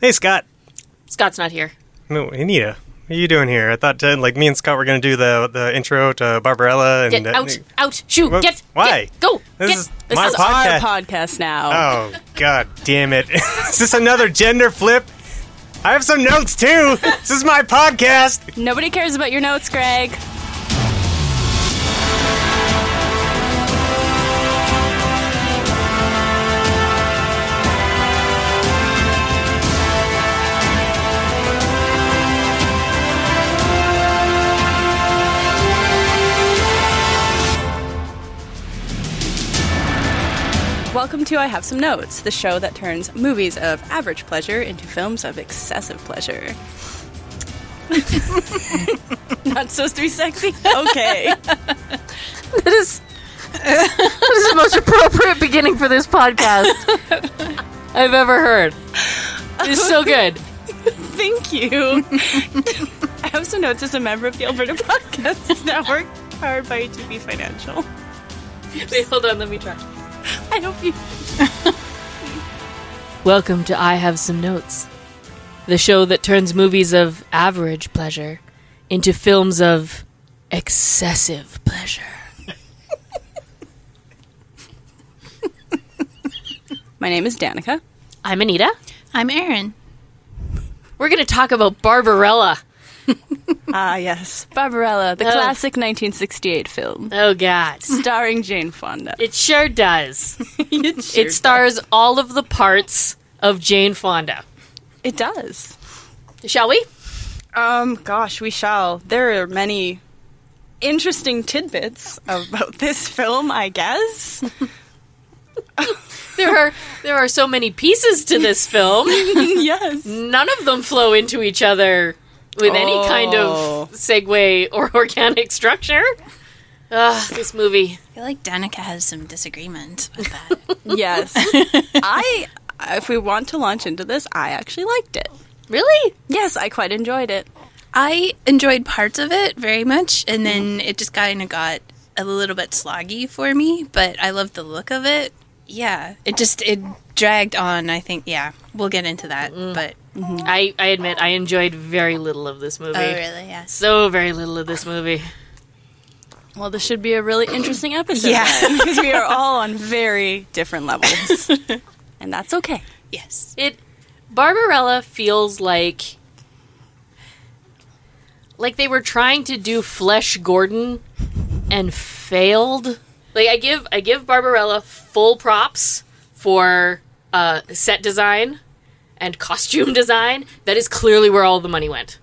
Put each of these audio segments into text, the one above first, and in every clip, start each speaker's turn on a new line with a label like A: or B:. A: Hey, Scott.
B: Scott's not here.
A: No, Anita. What are you doing here? I thought uh, like me and Scott were gonna do the the intro to Barbarella and
B: Get
A: uh,
B: out, out, shoo,
A: Wha-
B: get,
A: why?
B: get, go,
A: This
B: get.
A: is my
B: is-
A: pod- Podcast.
C: Our podcast now.
A: Oh god damn it! is this another gender flip? I have some notes too. this is my podcast.
C: Nobody cares about your notes, Greg. Welcome to I Have Some Notes, the show that turns movies of average pleasure into films of excessive pleasure. Not supposed to be sexy? Okay.
D: That is, that is the most appropriate beginning for this podcast I've ever heard. It's so good.
C: Thank you. I have some notes as a member of the Alberta Podcast Network, powered by ATB Financial.
B: Wait, hold on, let me try.
C: I hope you.
D: Welcome to I Have Some Notes, the show that turns movies of average pleasure into films of excessive pleasure.
C: My name is Danica.
D: I'm Anita.
E: I'm Erin.
D: We're going to talk about Barbarella.
C: Ah, yes. Barbarella, the
D: Oh.
C: classic 1968 film.
D: Oh, God.
C: Starring Jane Fonda.
D: It sure does.
C: It,
D: it stars all of the parts of Jane Fonda.
C: it does.
D: Shall we?
C: Um, gosh, we shall. There are many interesting tidbits about this film, I guess.
D: There are there are so many pieces to this film.
C: yes.
D: None of them flow into each other with any kind of segue or organic structure. Ugh, this movie.
E: I feel like Danica has some disagreement with that.
C: Yes. I, if we want to launch into this, I actually liked it.
D: Really?
C: Yes, I quite enjoyed it.
E: I enjoyed parts of it very much, and then it just kind of got a little bit sloggy for me. But I loved the look of it. Yeah, it just it dragged on. I think. Yeah, we'll get into that.
D: Mm.
E: But
D: I, I admit I enjoyed very little of this movie.
E: oh, really? Yes.
D: So very little of this movie.
C: Well, this should be a really interesting episode.
E: Yeah.
C: then, because we are all on very different levels. and that's okay.
E: Yes.
D: It Barbarella feels like like they were trying to do Flesh Gordon and failed. Like I give I give Barbarella full props for uh, set design and costume design. That is clearly where all the money went.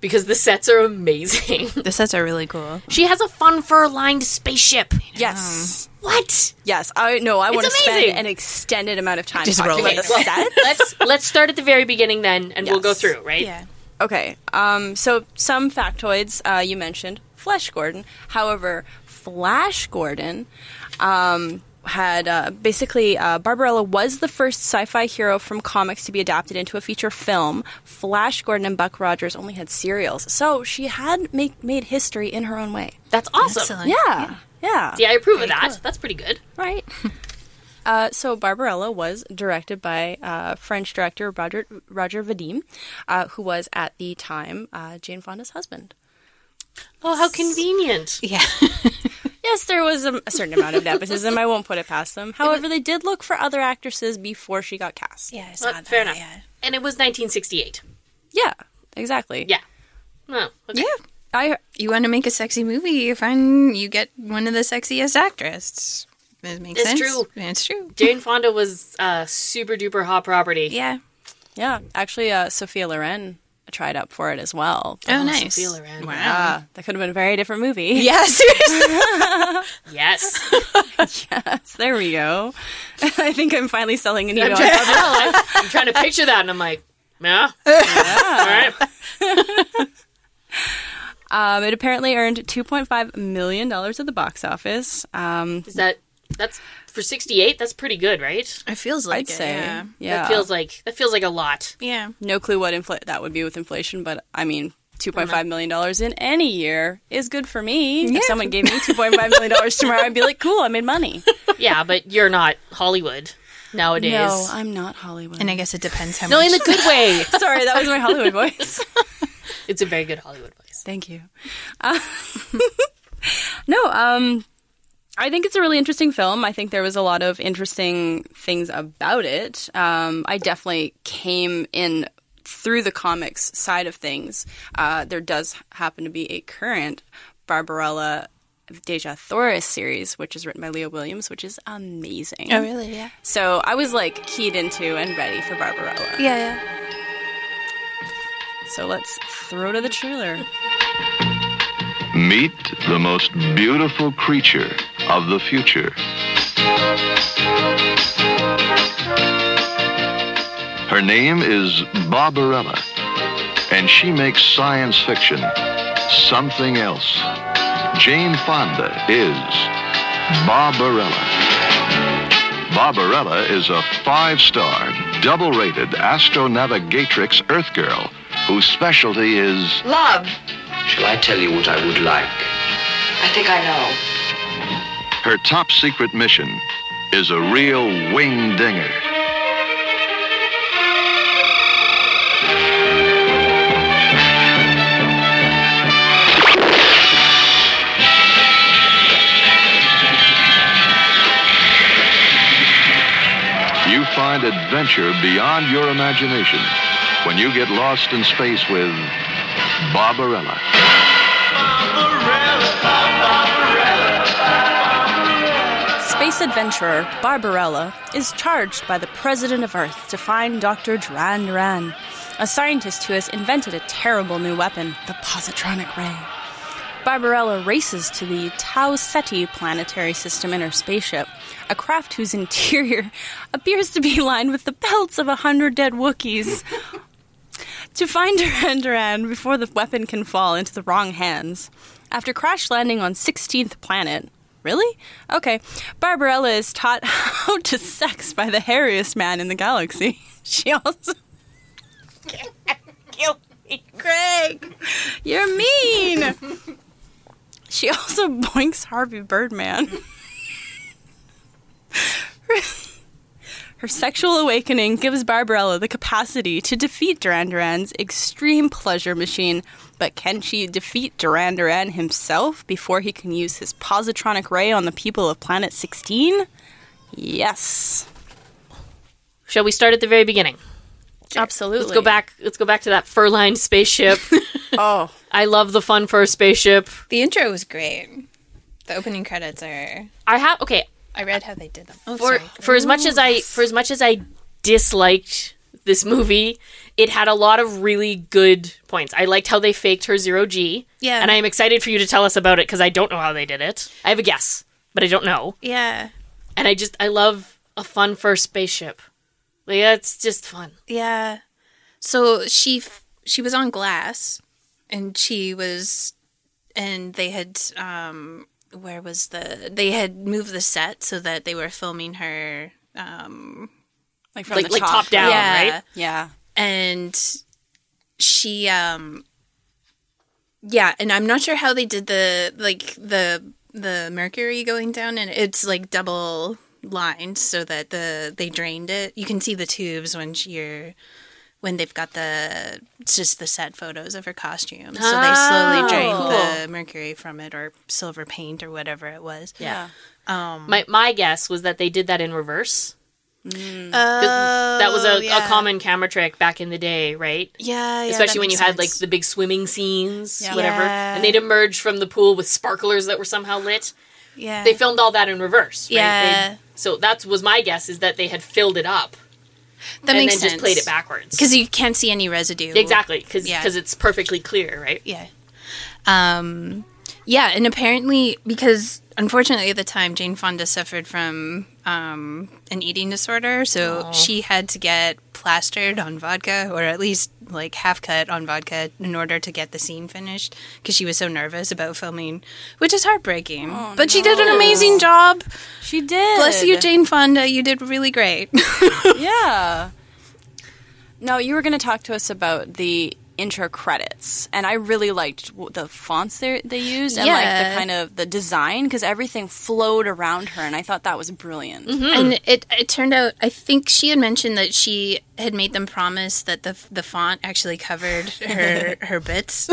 D: Because the sets are amazing.
E: The sets are really cool.
D: she has a fun fur lined spaceship.
E: Um.
C: Yes.
D: What?
C: Yes. I no, I want to spend
D: amazing.
C: an extended amount of time
E: Just
C: talking
E: roll
C: about
E: it.
C: the set.
D: let's let's start at the very beginning then and we'll go
C: Yes.
D: through, right?
E: Yeah.
C: Okay. Um, so some factoids uh, you mentioned Flesh Gordon. However, Flash Gordon um, had uh, basically uh, Barbarella was the first sci-fi hero from comics to be adapted into a feature film. Flash Gordon and Buck Rogers only had serials, so she had make, made history in her own way.
D: That's awesome.
E: Excellent.
C: Yeah. Yeah.
D: Yeah, I approve of that. That's pretty good.
C: Right. Uh, so Barbarella was directed by uh, French director Roger Roger Vadim, uh, who was at the time uh, Jane Fonda's husband.
D: Oh, how convenient.
E: Yeah.
C: Yes, there was a, a certain amount of nepotism. I won't put it past them. However, they did look for other actresses before she got cast.
E: Yeah. I saw
D: Well,
E: that.
D: fair enough.
E: Yeah.
D: And it was 1968.
C: Yeah, exactly.
D: Yeah. Oh, okay.
E: yeah.
C: I
E: You want to make a sexy movie? You find you get one of the sexiest actresses. It makes
D: It's
E: sense.
D: true.
E: It's true.
D: Jane Fonda was uh, super duper hot property.
E: Yeah.
C: yeah, actually, uh, Sophia Loren tried up for it as well.
E: Oh, nice.
D: Sophia Loren.
E: Wow.
C: Uh, that could have been a very different movie.
E: Yeah, seriously.
D: Yes.
C: Yes, there we go. I think I'm finally selling an email.
D: I'm trying to picture that and I'm like, yeah. yeah. All right.
C: Um, it apparently earned $2.5 million at the box office. Um,
D: Is that, that's, for 68, that's pretty good, right?
E: It feels
C: I'd
E: like it.
C: say.
E: Yeah.
C: yeah.
D: That feels like, that feels like a lot.
E: Yeah.
C: no clue what infl- that would be with inflation, but I mean, $2.5 million in any year is good for me. If someone gave me $2.5 million tomorrow, I'd be like, cool, I made money.
D: Yeah, but you're not Hollywood. nowadays.
C: No, I'm not Hollywood.
E: And I guess it depends how
D: no, in
E: much.
D: a good way.
C: Sorry, that was my Hollywood voice.
D: It's a very good Hollywood voice.
C: Thank you. Uh, no, um, I think it's a really interesting film. I think there was a lot of interesting things about it. Um, I definitely came in through the comics side of things. Uh, there does happen to be a current Barbarella Deja Thoris series, which is written by Leo Williams, which is amazing.
E: oh, really? Yeah.
C: So I was like keyed into and ready for Barbarella.
E: Yeah, yeah.
C: So let's throw to the trailer.
F: Meet the most beautiful creature of the future. Her name is Barbarella, and she makes science fiction something else. Jane Fonda is Barbarella. Barbarella is a five star, double rated astronavigatrix Earth girl whose specialty is.
G: Shall I tell you what I would like? I think I know.
F: Her top secret mission is a real wing dinger. You find adventure beyond your imagination when you get lost in space with Barbarella.
C: Space adventurer Barbarella is charged by the President of Earth to find Dr. Duran Duran, a scientist who has invented a terrible new weapon, the positronic ray. Barbarella races to the Tau Ceti planetary system in her spaceship, a craft whose interior appears to be lined with the pelts of a hundred dead Wookiees. to find Duran Duran before the weapon can fall into the wrong hands. After crash landing on 16th planet, really? Okay, Barbarella is taught how to sex by the hairiest man in the galaxy. She also. Kill me, Greg! You're mean! She also boinks Harvey Birdman. Her sexual awakening gives Barbarella the capacity to defeat Duran Duran's extreme pleasure machine, but can she defeat Duran Duran himself before he can use his positronic ray on the people of Planet 16? Yes.
D: Shall we start at the very beginning?
C: Absolutely.
D: Let's go back. Let's go back to that fur-lined spaceship.
C: Oh.
D: I love the fun fur spaceship.
E: The intro was great. The opening credits are.
D: I have okay.
E: I read how they did them. Oh,
D: for
E: sorry.
D: for as much as I for as much as I disliked this movie, it had a lot of really good points. I liked how they faked her zero G.
E: Yeah.
D: And I am excited for you to tell us about it because I don't know how they did it. I have a guess, but I don't know.
E: Yeah.
D: And I just I love a fun first spaceship. Like that's just fun.
E: Yeah. So she f- she was on glass, and she was, and they had um where was the they had moved the set so that they were filming her um
C: Like from
D: like like top, down,
E: yeah
D: right?
C: Yeah.
E: and she um yeah and I'm not sure how they did the like the the mercury going down and it's like double lined so that the they drained it you can see the tubes when she- you're when they've got the it's just the set photos of her costume so they
D: Oh.
E: slowly drain the mercury from it or silver paint or whatever it was
C: Yeah.
D: My my guess was that they did that in reverse. 'Cause
E: oh,
D: that was a,
E: yeah.
D: a common camera trick back in the day, right?
E: yeah, yeah,
D: especially
E: that
D: when you
E: makes
D: had like
E: sense.
D: the big swimming scenes,
C: Yeah.
D: whatever,
E: Yeah.
D: and they'd emerge from the pool with sparklers that were somehow lit.
E: yeah
D: They filmed all that in reverse. Right?
E: Yeah.
D: They- so that was my guess is that they had filled it up
E: that
D: and
E: makes
D: then
E: sense
D: just played it backwards.
E: because you can't see any residue
D: exactly, because
E: Yeah.
D: it's perfectly clear, right?
E: Yeah. Um, yeah, and apparently, because unfortunately at the time, Jane Fonda suffered from um, an eating disorder, so she had to get plastered on vodka, or at least like half cut on vodka, in order to get the scene finished because she was so nervous about filming, which is heartbreaking. but she did an amazing job.
C: She did.
E: Bless you, Jane Fonda. You did really great.
C: Yeah. No, you were going to talk to us about the intro credits, and I really liked w- the fonts they they used and like
E: Yeah.
C: the kind of the design because everything flowed around her, and I thought that was brilliant.
D: Mm-hmm. Hmm.
E: And it it turned out I think she had mentioned that she had made them promise that the the font actually covered her her bits.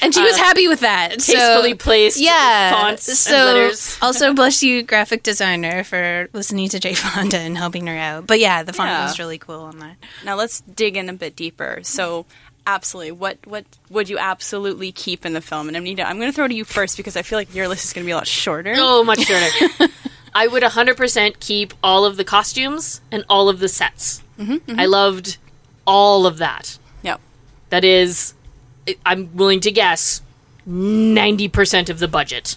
E: and she was happy with that.
D: Uh, Tastefully
E: so,
D: placed
E: yeah.
D: fonts and
E: so
D: letters.
E: also bless you graphic designer for listening to Jay Fonda and helping her out. But yeah, the font
C: Yeah.
E: was really cool on that.
C: Now let's dig in a bit deeper. So, absolutely, what what would you absolutely keep in the film? And Anita, I'm going to throw to you first because I feel like your list is going to be a lot shorter.
D: Oh, much shorter. I would 100% keep all of the costumes and all of the sets.
E: Mm-hmm,
D: I loved all of that.
C: Yep.
D: That is, I- I'm willing to guess, 90% of the budget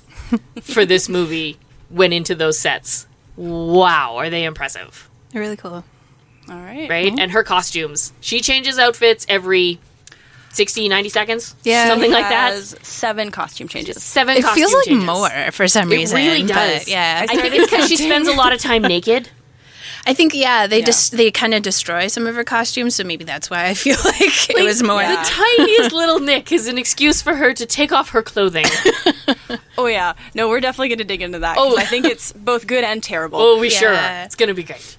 D: for this movie went into those sets. Wow, are they impressive,
E: Really cool.
C: All right.
D: right? And her costumes. She changes outfits every 60, 90 seconds?
E: Yeah.
D: Something like that.
C: Has seven costume changes.
D: Seven
E: It
D: costume
E: feels like
D: changes.
E: more for some
D: It
E: reason.
D: really
E: but
D: does.
E: yeah.
D: I think it's because she spends a lot of time naked.
E: I think yeah, they just they kind of destroy some of her costumes, so maybe that's why I feel like, it was more.
D: The tiniest little nick is an excuse for her to take off her clothing.
C: Oh yeah. No, we're definitely going to dig into that. 'cause
D: Oh.
C: I think it's both good and terrible.
D: Oh, we sure
E: Yeah.
D: are. It's going to be great.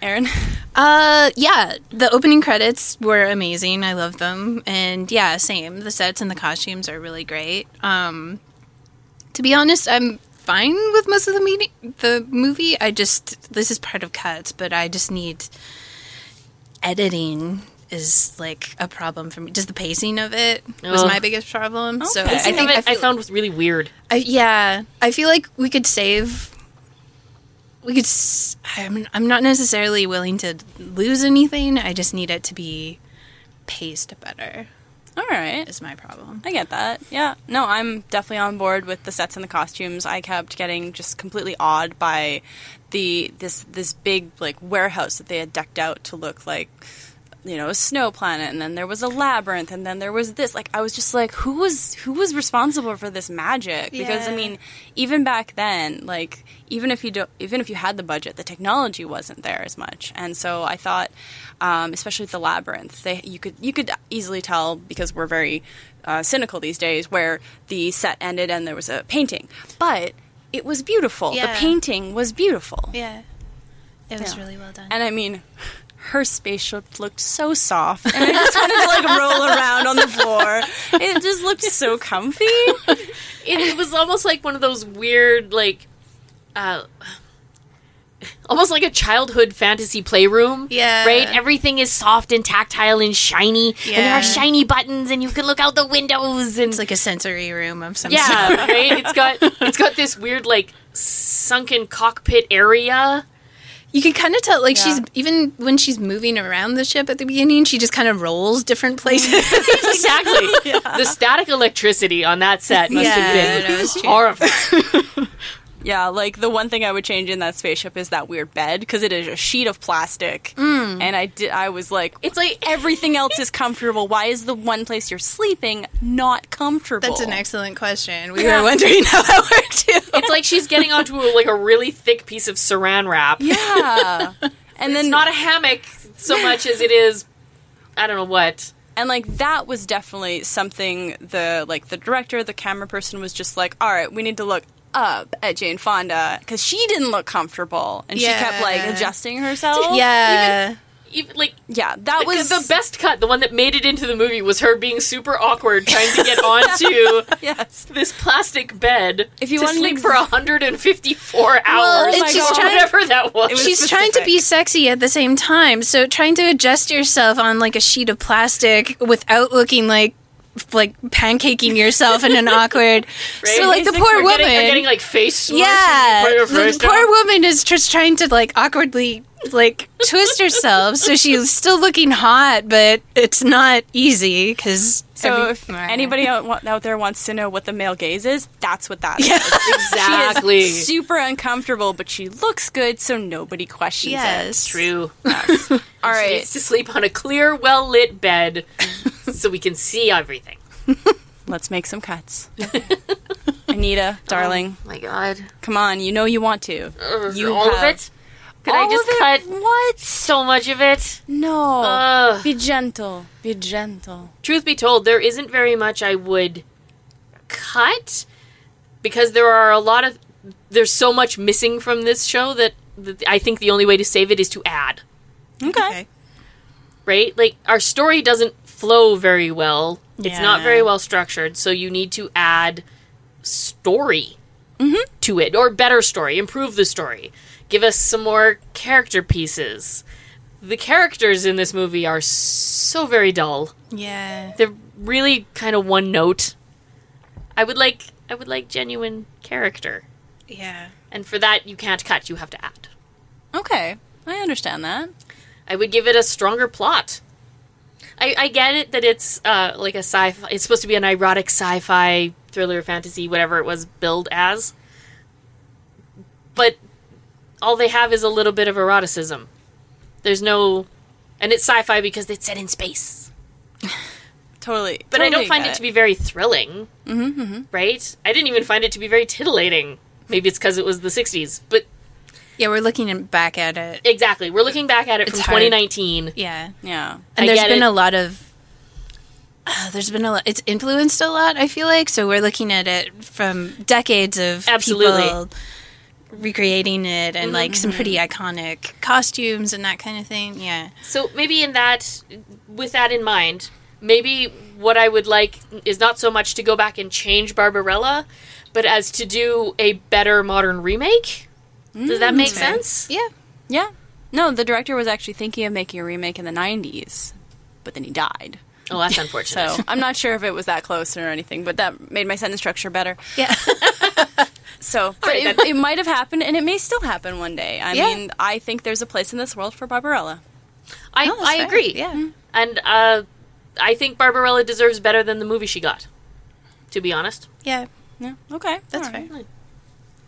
C: Aaron.
E: Uh, yeah, the opening credits were amazing. I love them, and yeah, same. The sets and the costumes are really great. Um, to be honest, I'm fine with most of the meeting, the movie. I just this is part of cuts, but I just need editing is like a problem for me. Just the pacing of it was
D: Ugh.
E: my biggest problem. So I
D: Pacing
E: think
D: of it I,
E: feel-
D: found was really weird.
E: I, yeah, I feel like we could save. We could. s- I'm, I'm not necessarily willing to lose anything. I just need it to be paced better.
C: All right.
E: Is my problem.
C: I get that. Yeah. No, I'm definitely on board with the sets and the costumes. I kept getting just completely awed by the this this big like warehouse that they had decked out to look like you know, a snow planet and then there was a labyrinth and then there was this like I was just like who was who was responsible for this magic? Because I
E: Yeah.
C: mean, even back then, like even if you do, even if you had the budget, the technology wasn't there as much. And so I thought um, especially with the labyrinth, they you could you could easily tell because we're very uh, cynical these days where the set ended and there was a painting. But it was beautiful.
E: Yeah.
C: The painting was beautiful.
E: Yeah, it was
C: Yeah.
E: really well done.
C: And I mean, her spaceship looked so soft, and I just wanted to like roll around on the floor. It just looked so comfy.
D: It, it was almost like one of those weird, like, uh, almost like a childhood fantasy playroom.
E: Yeah.
D: Right? Everything is soft and tactile and shiny. And there
E: Yeah.
D: are shiny buttons and you can look out the windows and
E: it's like a sensory room of some sort.
D: Yeah, right? It's got it's got this weird like sunken cockpit area.
E: You can kind of tell, like she's even when she's moving around the ship at the beginning, she just kind of rolls different places.
D: Exactly. The static electricity on that set must have
E: Yeah, that
D: been
E: was true.
D: horrifying.
C: Yeah, like the one thing I would change in that spaceship is that weird bed because it is a sheet of plastic,
E: Mm.
C: and I did. I was like,
D: It's like
C: everything else is comfortable. Why is the one place you're sleeping not comfortable?
E: That's an excellent question. We were wondering how that worked too.
D: It's like she's getting onto a, like a really thick piece of saran wrap.
C: Yeah. And then
D: It's not a hammock so much as it is, I don't know what.
C: and like that was definitely something the like the director the camera person was just like all right we need to look up at jane fonda because she didn't look comfortable and she kept like
E: Yeah.
C: adjusting herself
E: yeah.
D: Even like
C: yeah that was
D: was the best cut, the one that made it into the movie was her being super awkward trying to get onto
C: yes
D: this plastic bed
C: If you
D: to
C: want an
D: sleep
C: ex-
D: for 154 hours
E: Well,
C: it's just
D: or
E: trying-
D: whatever that was.
E: She's trying to be sexy at the same time, so trying to adjust yourself on like a sheet of plastic without looking like f- like pancaking yourself in an awkward. So like the
C: Basically,
E: poor
D: we're
E: woman,
D: getting, we're getting like face smush
E: yeah,
D: and you put your
E: the
D: face
E: poor
D: down.
E: woman is just trying to like awkwardly like twist herself, so she's still looking hot, but it's not easy because
C: so if anybody out, wa- out there wants to know what the male gaze is that's what that is.
D: exactly
C: she is super uncomfortable but she looks good so nobody questions it
E: yes,
D: true.
C: all
D: She
C: right
D: needs to sleep on a clear, well lit bed so we can see everything.
C: let's make some cuts anita darling
D: Oh My God,
C: come on you know you want to
D: Ugh,
C: You
D: all
E: Uh,
C: have-
D: of it. Could
C: All
D: I just
C: of it?
D: cut
C: What?
D: so much of it?
C: No.
D: Ugh.
C: Be gentle. Be gentle.
D: truth be told, there isn't very much I would cut because there are a lot of there's so much missing from this show that, that I think the only way to save it is to add.
E: Okay.
D: Right? Like our story doesn't flow very well. It's not
E: Yeah.
D: very well structured, so you need to add story to it or better story, improve the story. Give us some more character pieces. The characters in this movie are so very dull
E: Yeah.
D: they're really kind of one note. I would like I would like genuine character,
E: Yeah.
D: and for that you can't cut; you have to add.
C: Okay. I understand that.
D: I would give it a stronger plot. I, I get it that it's uh, like a sci-fi. It's supposed to be an erotic sci-fi thriller, fantasy, whatever it was billed as. But all they have is a little bit of eroticism. There's no, and it's sci-fi because it's set in space.
C: Totally.
D: but I
C: totally
D: don't find
C: get
D: it to be very thrilling. Mm-hmm, Right? I didn't even find it to be very titillating. Maybe it's because it was the 60s. But
E: Yeah, we're looking back at it.
D: exactly, we're looking back at it
E: It's
D: from
E: hard.
D: 2019.
E: Yeah.
C: Yeah.
E: And
D: I
E: there's
D: get
E: been
D: it.
E: a lot of uh, there's been a lot it's influenced a lot, I feel like. So we're looking at it from decades of
D: Absolutely. Mm-hmm,
E: people recreating it and like some pretty iconic costumes and that kind of thing. Yeah.
D: So maybe in that, with that in mind, maybe what I would like is not so much to go back and change Barbarella, but as to do a better modern remake. Does that make sense?
E: Yeah.
C: Yeah. No, the director was actually thinking of making a remake in the 90s, but then he died.
D: Oh, that's unfortunate.
C: So I'm not sure if it was that close or anything, but that made my sentence structure better.
E: Yeah.
C: So, but it, it might have happened, and it may still happen one day. I
E: Yeah.
C: mean, I think there's a place in this world for Barbarella.
D: I,
E: Oh, that's
D: I
E: fair.
D: agree.
E: Yeah.
D: And uh, I think Barbarella deserves better than the movie she got, to be honest.
E: Yeah.
C: Yeah. Okay.
E: That's
C: all right.
E: fair.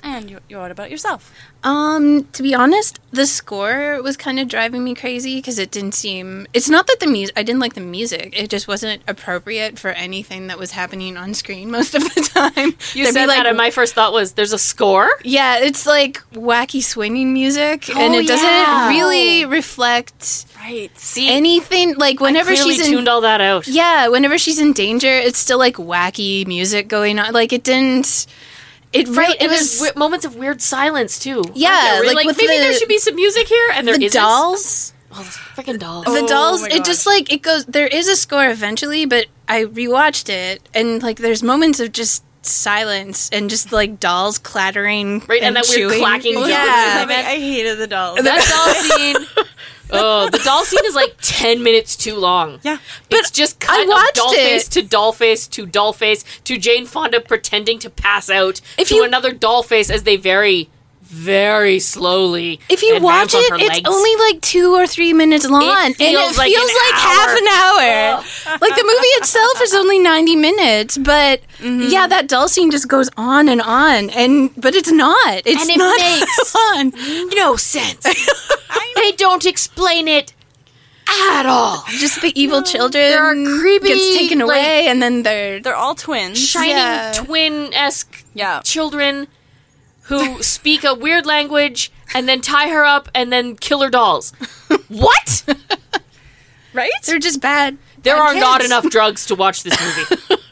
C: And you, you what about yourself?
E: Um, to be honest, the score was kind of driving me crazy because it didn't seem. It's not that the music. I didn't like the music. It just wasn't appropriate for anything that was happening on screen most of the time.
D: You
E: There'd be,
D: said
E: like,
D: that, and my first thought was, "There's a score."
E: yeah, it's like wacky swinging music, and
C: Oh,
E: it doesn't
C: yeah.
E: really reflect
C: Right.
D: See,
E: anything. Like whenever
D: clearly
E: she's in,
D: tuned all that out.
E: yeah, whenever she's in danger, it's still like wacky music going on. Like it didn't. It
D: right.
E: really. It
D: and
E: was
D: there's w- moments of weird silence too. aren't
E: Yeah,
D: there? Where you're
E: like
D: like,
E: with
D: maybe
E: the-
D: there should be some music here, and there
E: the
D: isn't.
E: dolls.
D: Oh, those freaking dolls.
E: the
C: Oh
E: dolls
C: my
E: it just like it goes there is a score eventually but i rewatched it and like there's moments of just silence and just like dolls clattering
D: Right, and that weird
E: chewing.
D: clacking
E: yeah,
D: noise.
E: yeah.
C: I hated the dolls.
D: That doll scene. oh, the doll scene is like ten minutes too long.
C: yeah.
D: But it's just cut
E: I watched
D: of doll face
E: it.
D: to doll face to doll face to Jane Fonda pretending to pass out
E: If
D: to
E: you-
D: another doll face as they very, very slowly.
E: if you
D: advance
E: watch
D: on
E: it
D: her
E: it's
D: legs.
E: only like two or three minutes long and it
D: feels
E: feels
D: like
E: like,
D: an hour.
E: half an hour like the movie itself is only 90 minutes but
D: Mm-hmm.
E: yeah that doll scene just goes on and on and but it's not it's
D: And it
E: not
D: makes-
E: on
D: no sense. they don't explain it at all.
E: just the evil children
D: There are creepy,
E: gets taken
D: like-
E: away and then they're
C: They're all twins.
D: Shining
E: Yeah.
D: twin esque
C: Yeah.
D: children who speak a weird language and then tie her up and then kill her dolls. What?
C: Right?
E: They're just bad.
D: There
E: bad
D: are not
E: kids.
D: enough drugs to watch this movie.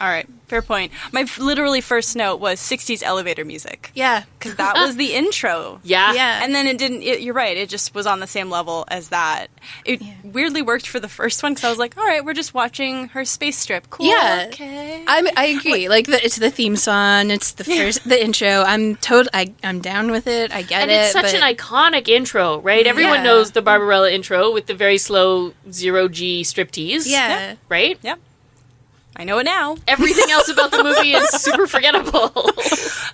C: All right. Fair point. My f- literally first note was 60s elevator music.
E: Yeah.
C: Because that was the intro.
D: Yeah.
E: Yeah.
C: And then it didn't. It, you're right. It just was on the same level as that. It weirdly worked for the first one because I was like, all right, we're just watching her space strip. Cool.
E: Yeah.
C: Okay.
E: I'm, I agree. Like the, it's the theme song. It's the first the intro. I'm total. I I'm down with it. I get
D: And
E: it.
D: it's such
E: but
D: an iconic intro, right? Everyone
E: Yeah.
D: knows the Barbarella intro with the very slow zero G striptease.
E: yeah.
D: Right?
C: Yep. I know it now.
D: Everything else about the movie is super forgettable.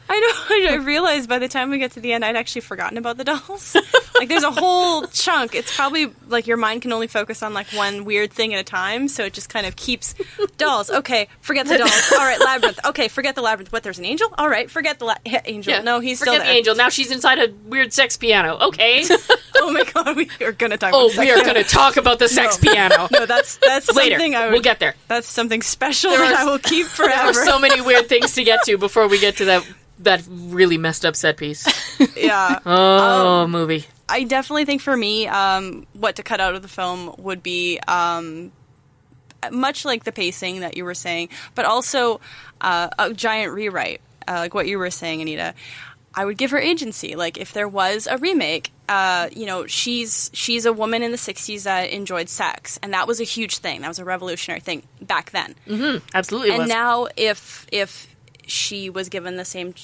C: I know. I realized by the time we get to the end, I'd actually forgotten about the dolls. like, there's a whole chunk. It's probably like your mind can only focus on like one weird thing at a time, so it just kind of keeps dolls. Okay, forget the dolls. All right, labyrinth. Okay, forget the labyrinth. What? There's an angel. All right, forget the la- angel.
D: Yeah.
C: No, he's
D: Forget
C: still there.
D: the angel. Now she's inside a weird sex piano. Okay.
C: Oh my god, we are gonna talk.
D: oh,
C: about
D: we
C: sex.
D: are going to talk about the sex piano
C: No, that's that's
D: later.
C: something I would,
D: We'll get there.
C: That's something special
D: There
C: that
D: are-
C: I will keep
D: There
C: forever.
D: are so many weird things to get to before we get to that that really messed up set piece.
C: yeah.
D: Oh, movie.
C: I definitely think for me, um, what to cut out of the film would be um, much like the pacing that you were saying, but also uh, a giant rewrite, uh, like what you were saying, Anita. I would give her agency. Like if there was a remake, uh, you know, she's she's a woman in the '60s that enjoyed sex, and that was a huge thing. That was a revolutionary thing back then.
D: Absolutely.
C: And
D: was.
C: now, if if she was given the same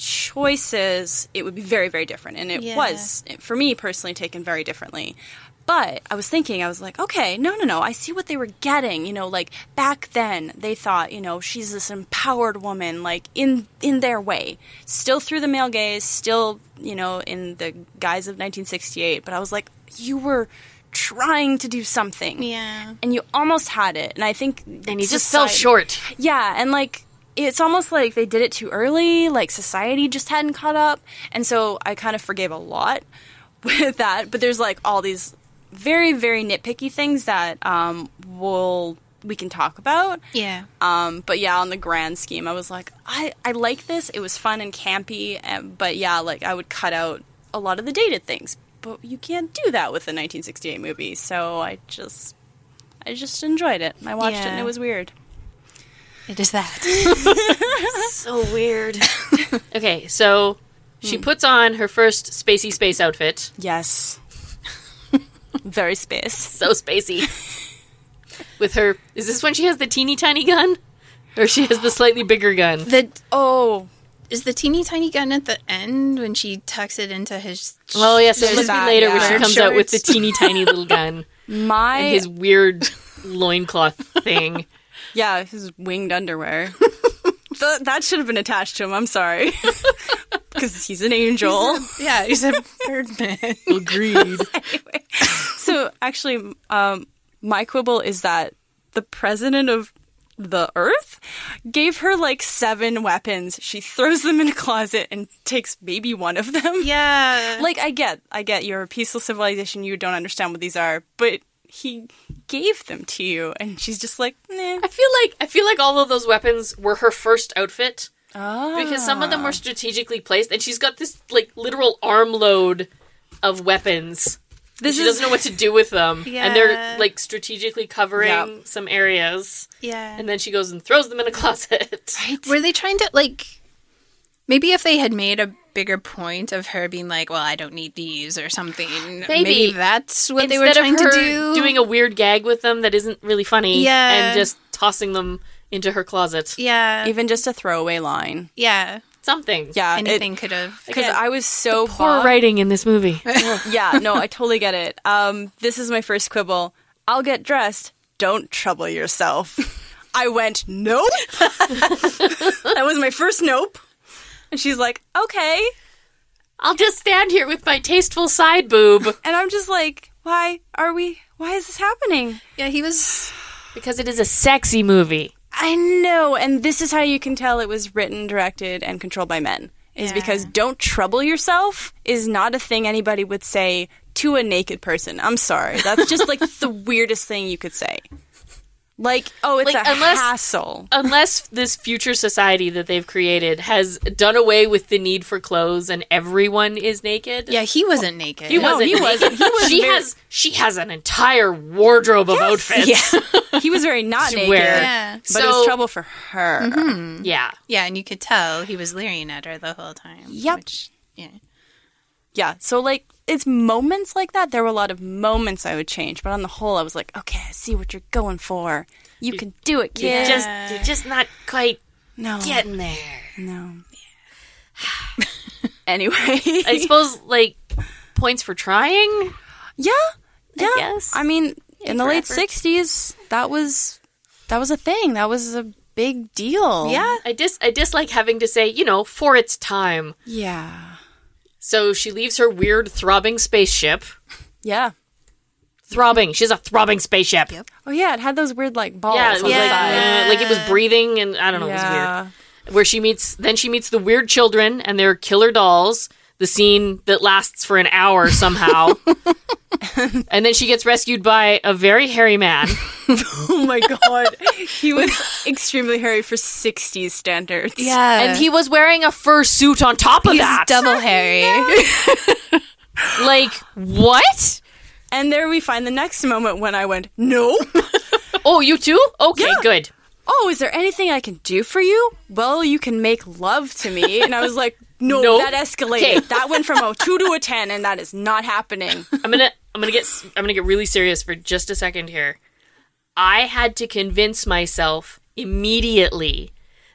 C: choices, it would be very very different. And it
E: Yeah.
C: was for me personally taken very differently. But I was thinking, I was like, okay, no, no, no. I see what they were getting. You know, like back then they thought, you know, she's this empowered woman, like in in their way, still through the male gaze, still, you know, in the guise of 1968. But I was like, you were trying to do something,
E: Yeah.
C: and you almost had it. And I think
D: and he just fell short.
C: yeah, and like it's almost like they did it too early, like society just hadn't caught up. And so I kind of forgave a lot with that, but there's like all these very very nitpicky things that um we'll we can talk about.
E: Yeah.
C: Um but yeah, on the grand scheme, I was like I I like this. It was fun and campy, and, but yeah, like I would cut out a lot of the dated things. But you can't do that with a 1968 movie. So I just I just enjoyed it. I watched it and
E: Yeah.
C: it was weird.
E: It is that.
D: Okay, so she
C: Hmm.
D: puts on her first spacey space outfit.
C: Yes. Very space.
D: So spacey. With her, is this when she has the teeny tiny gun, or she has the slightly bigger gun?
E: The
C: Oh,
E: is the teeny tiny gun at the end when she tucks it into his.
D: Oh yes, it
E: There's
D: must be
C: that,
D: later when
C: yeah.
D: she comes out with the
E: Shorts.
D: teeny tiny little gun
C: my
D: and his weird loincloth thing.
C: yeah, his winged underwear. Th- that should have been attached to him. I'm sorry, because he's an angel.
E: yeah, he's a birdman.
D: Agreed.
C: so actually, um, my quibble is that the president of the Earth gave her like seven weapons. She throws them in a closet and takes maybe one of them.
E: yeah.
C: like I get, I get you're a peaceful civilization. You don't understand what these are, but he gave them to you, and she's just like, nah.
D: I feel like I feel like all of those weapons were her first outfit. Because some of them
E: Ah.
D: were strategically placed, and she's got this like literal armload of weapons.
C: This
D: she doesn't know what to do with them, and
E: Yeah.
D: they're like strategically covering
C: Yeah.
D: some areas.
E: yeah.
D: And then she goes and throws them in a closet.
E: Were they trying to like maybe if they had made a bigger point of her being like, "Well, I don't need these" or something. Maybe, that's what they were
D: Instead
E: trying
D: of her
E: to do.
D: doing a weird gag with them that isn't really funny,
E: Yeah.
D: and just tossing them into her closet.
E: yeah,
C: even just a throwaway line.
E: yeah.
D: Something.
C: Yeah,
E: Anything could have.
C: Because I was so
D: Poor
C: bogged-
D: writing in this movie.
C: Yeah, no, I totally get it. Um, this is my first quibble. I'll get dressed. Don't trouble yourself. I went nope. that was my first nope. And she's like, okay.
D: I'll just stand here with my tasteful side boob
C: And I'm just like, why are we? Why is this happening?
E: Yeah, he was.
D: because it is a sexy movie.
C: I know, and this is how you can tell it was written, directed, and controlled by men. Is because don't trouble yourself is not a thing anybody would say to a naked person. I'm sorry. That's just like the weirdest thing you could say. Like, oh, it's
D: Like,
C: a
D: unless-
C: hassle.
D: Unless this future society that they've created has done away with the need for clothes and everyone is naked.
E: Yeah, he wasn't naked.
D: He wasn't.
C: he
D: naked.
C: wasn't. He was
D: she
C: very-
D: has. She has an entire wardrobe of outfits.
C: Yeah. He was very not
D: To
C: naked.
D: wear.
E: Yeah.
C: But it was
D: So- Mm-hmm.
C: trouble for her.
D: Yeah.
E: Yeah, and you could tell he was leering at her the whole time.
C: Yep.
E: which- yeah.
C: Yeah. So like it's moments like that. There were a lot of moments I would change, but on the whole I was like, okay, I see what you're going for. You, can do it, kid.
D: You're just you're just not quite
C: no.
D: getting there.
C: No. anyway.
D: I suppose like points for trying.
C: Yeah. Yeah. I,
D: guess.
C: mean, in the
D: for
C: late
D: effort.
C: 60s, that was that was a thing. That was a big deal.
E: Yeah.
D: I dis I dislike having to say you know for its time.
C: Yeah.
D: So she leaves her weird throbbing spaceship.
C: Yeah.
D: Throbbing. She has a throbbing spaceship.
C: Oh yeah, it had those weird like balls
D: Yeah, it
C: on
D: was
C: the
D: like,
C: side.
D: uh, like it was breathing, and I don't know, it was
C: Yeah.
D: weird. Where she meets, then she meets the weird children and their killer dolls. The scene that lasts for an hour somehow, and then she gets rescued by a very hairy man.
C: Oh my god. he was extremely hairy for 60s standards.
E: Yeah.
D: and he was wearing a fur suit on top of
E: he's
D: that.
E: double hairy.
D: Like what?
C: And there we find the next moment when I went, nope.
D: Oh, you too? Okay, good.
C: oh, is there anything I can do for you? Well, you can make love to me. And I was like, no,
D: Nope.
C: that escalated.
D: Okay.
C: That went from a two to a 10, and that is not happening.
D: I'm gonna I'm gonna get s- I'm gonna get really serious for just a second here. I had to convince myself immediately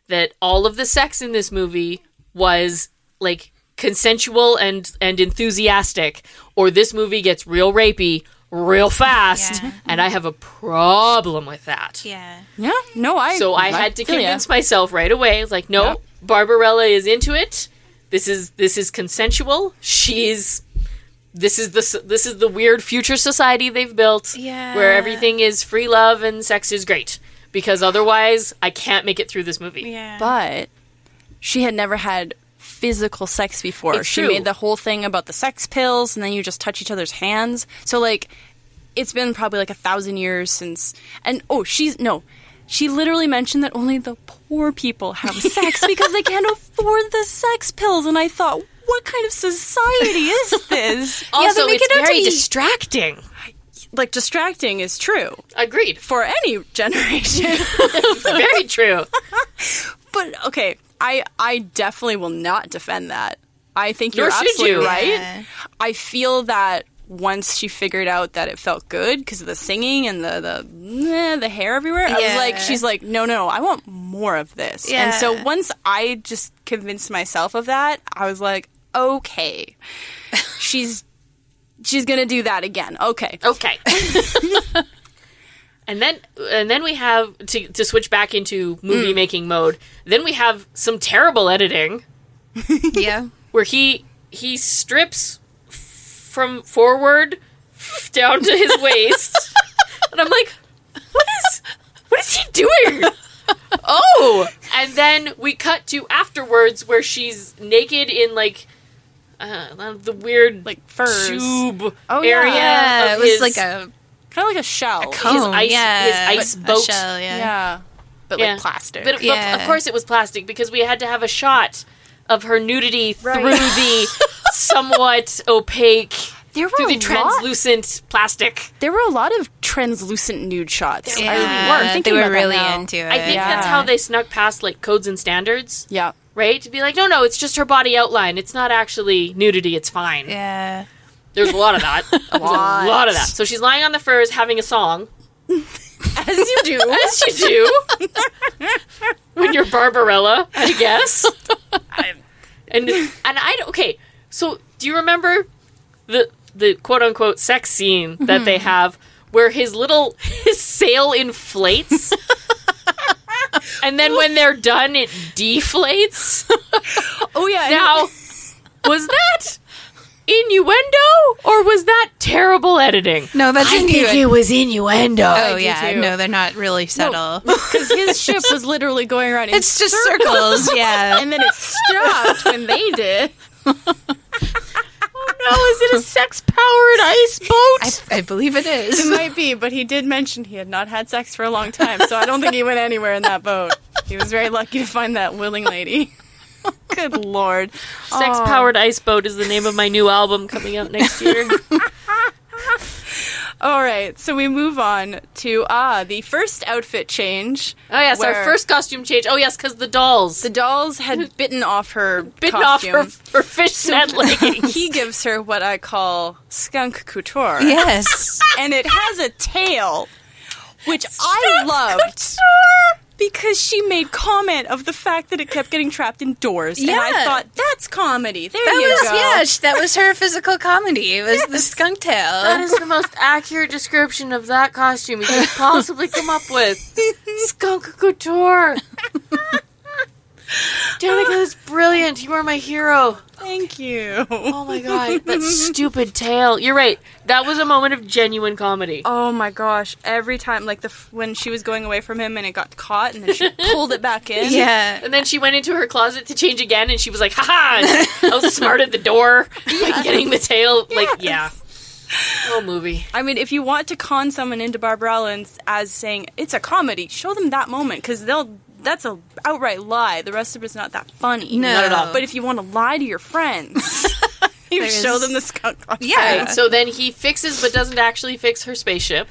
D: that all of the sex in this movie was like consensual and and enthusiastic, or this movie gets real rapey real fast,
E: Yeah.
D: and I have a problem with that.
E: Yeah.
C: Yeah, no, I.
D: So I had to
C: feel ya.
D: convince myself right away. It's like, no, Barbarella is into it. This is this is consensual. She's this is the s- this is the weird future society they've built
E: Yeah.
D: where everything is free love and sex is great. Because otherwise, I can't make it through this movie.
E: Yeah.
C: But she had never had physical sex before.
D: It's
C: she
D: true.
C: made the whole thing about the sex pills, and then you just touch each other's hands. So, like, it's been probably like a thousand years since. And oh, she's. No. She literally mentioned that only the poor people have sex because they can't afford the sex pills. And I thought, what kind of society is this?
D: Also,
E: make
D: it's
E: it out to
D: very
E: be-
D: distracting.
C: like, distracting is true
D: Agreed.
C: for any generation.
D: very true.
C: But okay, I I definitely will not defend that. I think
D: Nor
C: you're
D: should
C: absolutely
D: you.
C: right.
E: Yeah.
C: I feel that once she figured out that it felt good because of the singing and the the eh, the hair everywhere, I was
E: Yeah.
C: like, she's like, no, no, I want more of this. And so
E: Yeah.
C: once I just convinced myself of that, I was like, okay, she's she's gonna do that again. Okay,
D: Okay. and then and then we have to to switch back into
E: Mm.
D: movie making mode. Then we have some terrible editing
E: Yeah.
D: where he he strips f- from forward f- down to his waist. and I'm like, what is what is he doing? oh, and then we cut to afterwards where she's naked in like uh, the weird
C: like furs,
D: tube
C: Oh, yeah.
D: area.
E: Yeah.
D: of
E: It was
D: his-
E: like a
C: kind of like a shell.
D: his
E: cone.
D: ice-
E: yeah.
D: his ice
E: a
D: boat.
E: shell, yeah.
C: yeah, but
D: Yeah.
C: like plastic.
D: But, but
E: Yeah.
D: of course it was plastic because we had to have a shot of her nudity through the somewhat opaque,
C: there
D: through
C: were
D: the
C: a lot
D: translucent plastic.
C: There were a lot of translucent nude shots.
E: Yeah,
C: I really were.
E: They
C: Thinking
E: were
C: about that
E: really
C: now.
E: into it.
D: I think
C: Yeah.
D: that's how they snuck past like codes and standards,
C: Yeah.
D: right? To be like, no, no, it's just her body outline. It's not actually nudity. It's fine.
E: yeah.
D: There's a lot of that. a
C: Lot.
D: lot of that. So she's lying on the furs having a song,
C: As you do.
D: as you do when you're Barbarella, I guess. and and I don't- okay. So do you remember the the quote unquote sex scene that they have where his little his sail inflates? and then when they're done it deflates?
C: oh yeah. and-
D: Now was that innuendo or was that terrible editing?
E: No, that's I think it was innuendo. Oh
C: do
E: yeah,
C: too.
E: no, they're not really subtle.
C: because his ship was literally going around in
E: It's just circles. yeah.
C: and then it stopped when they did.
D: Oh, is it a sex powered ice boat?
E: I, I believe it
C: It
E: is.
C: might be, but he did mention he had not had sex for a long time, so I don't think he went anywhere in that boat. He was very lucky to find that willing lady. Good lord.
D: Sex Powered Ice Boat is the name of my new album coming out next year.
C: All right, so we move on to ah the first outfit change.
D: Oh yes,
C: Where-
D: our first costume change. Oh yes, because the dolls
C: The dolls had bitten off her
D: bitten
C: costume.
D: off her, her fishnet leggings.
C: he gives her what I call skunk couture.
E: yes.
C: And it has a tail, which I loved. Because she made comment of the fact that it kept getting trapped indoors. And I
E: Yeah.
C: thought, that's comedy. There
E: That
C: you
E: was
C: go.
E: yeah. sh- That was her physical comedy. It was the skunk tail.
D: is the most accurate description of that costume you could possibly come up with. Skunk couture. Danica, that's brilliant. You are my hero.
C: Thank you.
D: Oh my god, that stupid tail. You're right. That was a moment of genuine comedy.
C: Oh my gosh. Every time, like the f- when she was going away from him and it got caught and then she pulled it back in.
E: Yeah.
D: And then she went into her closet to change again, and she was like, "Ha ha!" Outsmarted the door by getting the tail. Like, yeah. Oh, movie.
C: I mean, if you want to con someone into Barbarella and s- as saying it's a comedy, show them that moment because they'll. That's a outright lie. The rest of it's not that funny.
E: No. Not at all.
C: But if you want to lie to your friends, You
E: There
C: show
E: is-
C: them the skunk on
E: Yeah.
C: fire.
D: So then he fixes but doesn't actually fix her spaceship.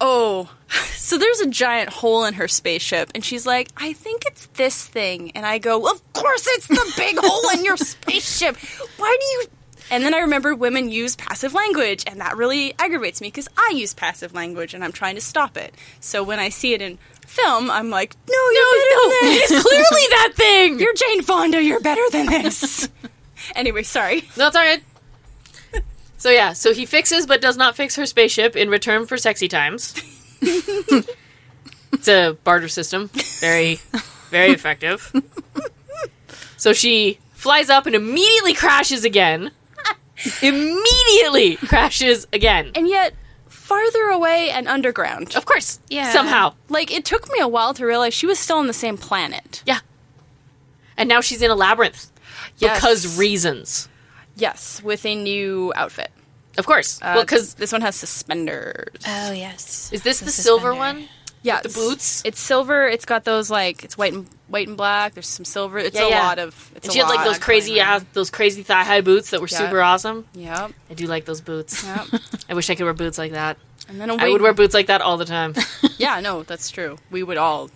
C: Oh, so there's a giant hole in her spaceship, and she's like, I think it's this thing. And I go, Of course it's the big hole in your spaceship. Why do you. And then I remember women use passive language, and that really aggravates me because I use passive language and I'm trying to stop it. So when I see it in film, I'm like, No, you're better than this.
D: It's clearly that thing.
C: You're Jane Fonda, you're better than this. anyway, sorry.
D: No, it's all right. So yeah, so he fixes but does not fix her spaceship in return for sexy times. it's a barter system, very, very effective. So she flies up and immediately crashes again. immediately crashes again.
C: And yet, farther away and underground.
D: Of course,
E: Yeah.
D: Somehow,
C: Like, it took me a while to realize she was still on the same planet.
D: yeah. And now she's in a labyrinth
C: Yes.
D: because reasons,
C: Yes, with a new outfit.
D: of course.
C: Uh,
D: Well, 'cause well, because
C: this one has suspenders.
E: Oh yes.
D: is this the,
E: the
D: silver
E: suspender.
D: one?
C: yeah,
D: the
C: it's-
D: boots?
C: It's silver. It's got those like it's white and white and black. There's some silver. It's
D: Yeah,
C: a
D: yeah.
C: lot of. It's
D: And
C: a
D: she had like
C: lot.
D: those crazy ass, those crazy thigh high boots that were
C: Yeah.
D: super awesome.
C: Yep.
D: I do like those boots.
C: Yep.
D: I wish I could wear boots like that.
C: and then a
D: I
C: wig.
D: would wear boots like that all the time.
C: Yeah, no, that's true. We would all.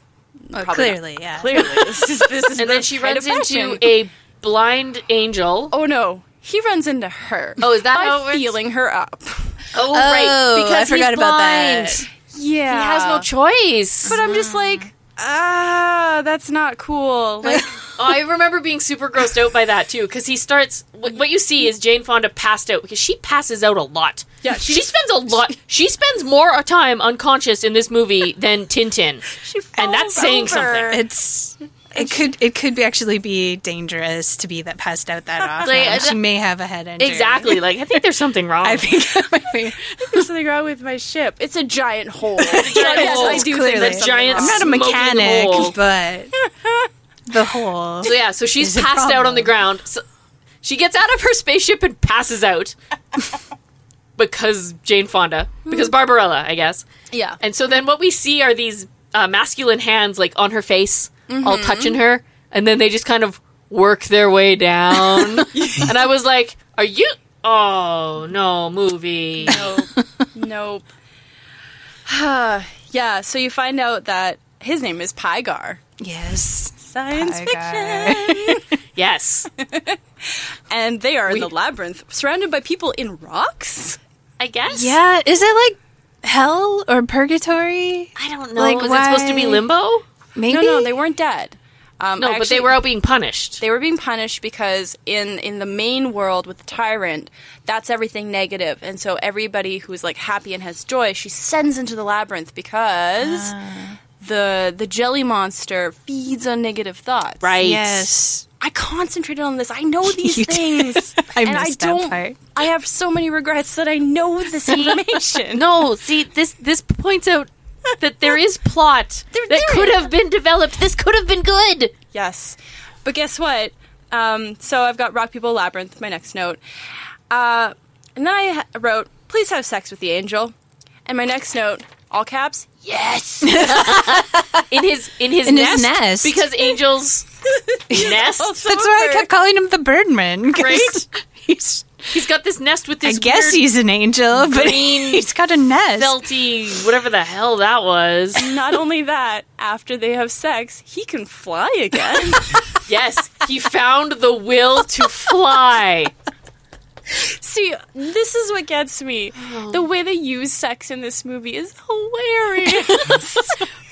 C: probably
E: Well,
C: not.
E: Oh, clearly, yeah.
C: Clearly, this is this is.
D: And then she runs into
C: fashion.
D: a blind angel.
C: Oh no, he runs into her.
D: Oh, is that
C: by
D: how it works?
C: feeling her up?
D: Oh,
E: Oh, I
D: he's
E: forgot about
D: blind.
E: that.
C: Yeah,
D: He has no choice.
C: But I'm just like, ah, that's not cool. Like,
D: Oh, I remember being super grossed out by that too, because he starts. What, what you see is Jane Fonda passed out because she passes out a lot.
C: Yeah,
D: she,
C: she-
D: spends a lot. She spends more time unconscious in this movie than Tintin.
C: she
D: And that's
C: falls
D: saying something.
C: over.
E: It's it could it could be actually be dangerous to be that passed out that often.
D: Like, I
E: she
D: d-
E: may have a head injury.
D: Exactly. Like I think there's something wrong.
E: I think that might be-
C: There's something wrong with my ship. It's a giant hole. yes,
D: hole.
C: I do
E: Clearly.
C: think there's
E: The
C: something
D: giant
C: wrong.
E: I'm not a
D: Smoking
E: mechanic,
D: hole.
E: but the hole.
D: So yeah, so she's
E: Is a
D: passed out on
E: problem.
D: the ground. So she gets out of her spaceship and passes out because Jane Fonda,
E: Hmm.
D: because Barbarella, I guess.
C: Yeah.
D: And so then what we see are these uh, masculine hands like on her face,
E: Mm-hmm.
D: all touching her, and then they just kind of work their way down. and I was like, "Are you? Oh no, movie."
C: nope. yeah, so you find out that his name is Pygar.
E: Yes.
C: Science
E: Pygar.
C: fiction.
D: Yes,
C: And they are in the labyrinth, surrounded by people in rocks.
D: I guess.
E: Yeah, is it like hell or purgatory?
D: I don't know.
E: Like,
D: Is it supposed to be
E: why-
D: limbo?
E: Maybe.
C: No, no, they weren't dead. Um,
D: No,
C: I
D: but they
C: actually-
D: were out being punished.
C: they were being punished because in in the main world with the tyrant that's everything negative and so everybody who's like happy and has joy she sends into the labyrinth because
E: Ah.
C: the the jelly monster feeds on negative thoughts
D: right.
E: Yes.
C: i concentrated on this i know these
E: You did.
C: things
E: I
C: and i
E: missed that
C: don't
E: part.
C: i have so many regrets that i know this information
D: No, see this this points out that there is plot that
C: there
D: could
C: is.
D: have been developed. This could have been good.
C: Yes. But guess what? Um, so I've got Rock People Labyrinth, my next note. Uh, and then I ha- wrote, Please have sex with the angel. And my next note, all caps, yes!
D: In his in his,
E: In
D: nest,
E: his nest.
D: because angels nest.
E: That's why I kept calling him the Birdman. 'cause
D: Right?
E: He's,
D: He's got this nest with
E: I
D: this
E: guess
D: weird
E: he's an angel, but
D: green
E: he's got a nest.
D: felty whatever the hell that was.
C: Not only that, after they have sex, he can fly again.
D: Yes, he found the will to fly.
C: See, this is what gets me. The way they use sex in this movie is hilarious.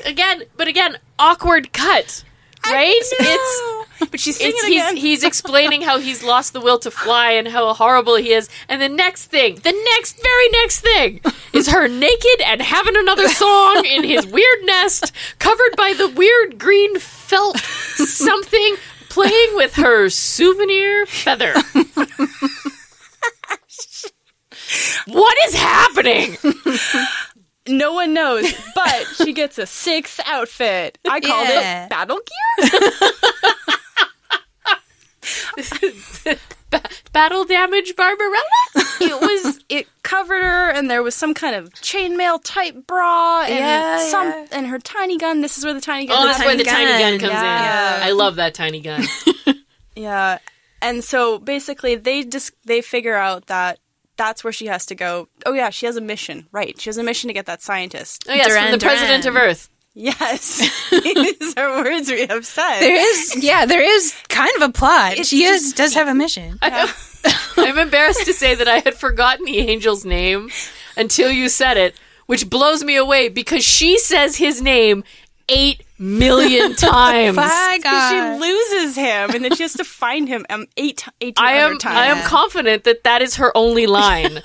D: Again, but again, awkward cut. Right? It's
C: but she's singing
D: it's,
C: it again.
D: he's, he's explaining how he's lost the will to fly and how horrible he is. And the next thing, the next, very next thing, is her naked and having another song in his weird nest, covered by the weird green felt something, playing with her souvenir feather. what is happening?
C: No one knows, but she gets a sixth outfit. I called
E: Yeah.
C: it battle gear.
D: Battle damage, Barbarella?
C: It was it covered her, and there was some kind of chainmail type bra, and
E: Yeah,
C: some
E: yeah.
C: and her tiny gun. This is where the tiny gun.
D: Oh, that's where the tiny gun
E: gun
D: comes in. I love that tiny gun.
C: yeah. and so basically they just they figure out that that's where she has to go. Oh yeah, she has a mission, right? She has a mission to get that scientist.
D: Oh, yes,
E: Duran
D: from the president
E: Duran.
D: of Earth.
C: Yes, these are words we have said.
E: There is, yeah, there is kind of a plot. she is does have a mission.
D: I'm embarrassed to say that I had forgotten the angel's name until you said it, which blows me away because she says his name eight million times.
E: By
C: she
E: God,
C: loses him, and then she has to find him um, eight, 18
D: I
C: other
D: am
C: times.
D: I am confident that that is her only line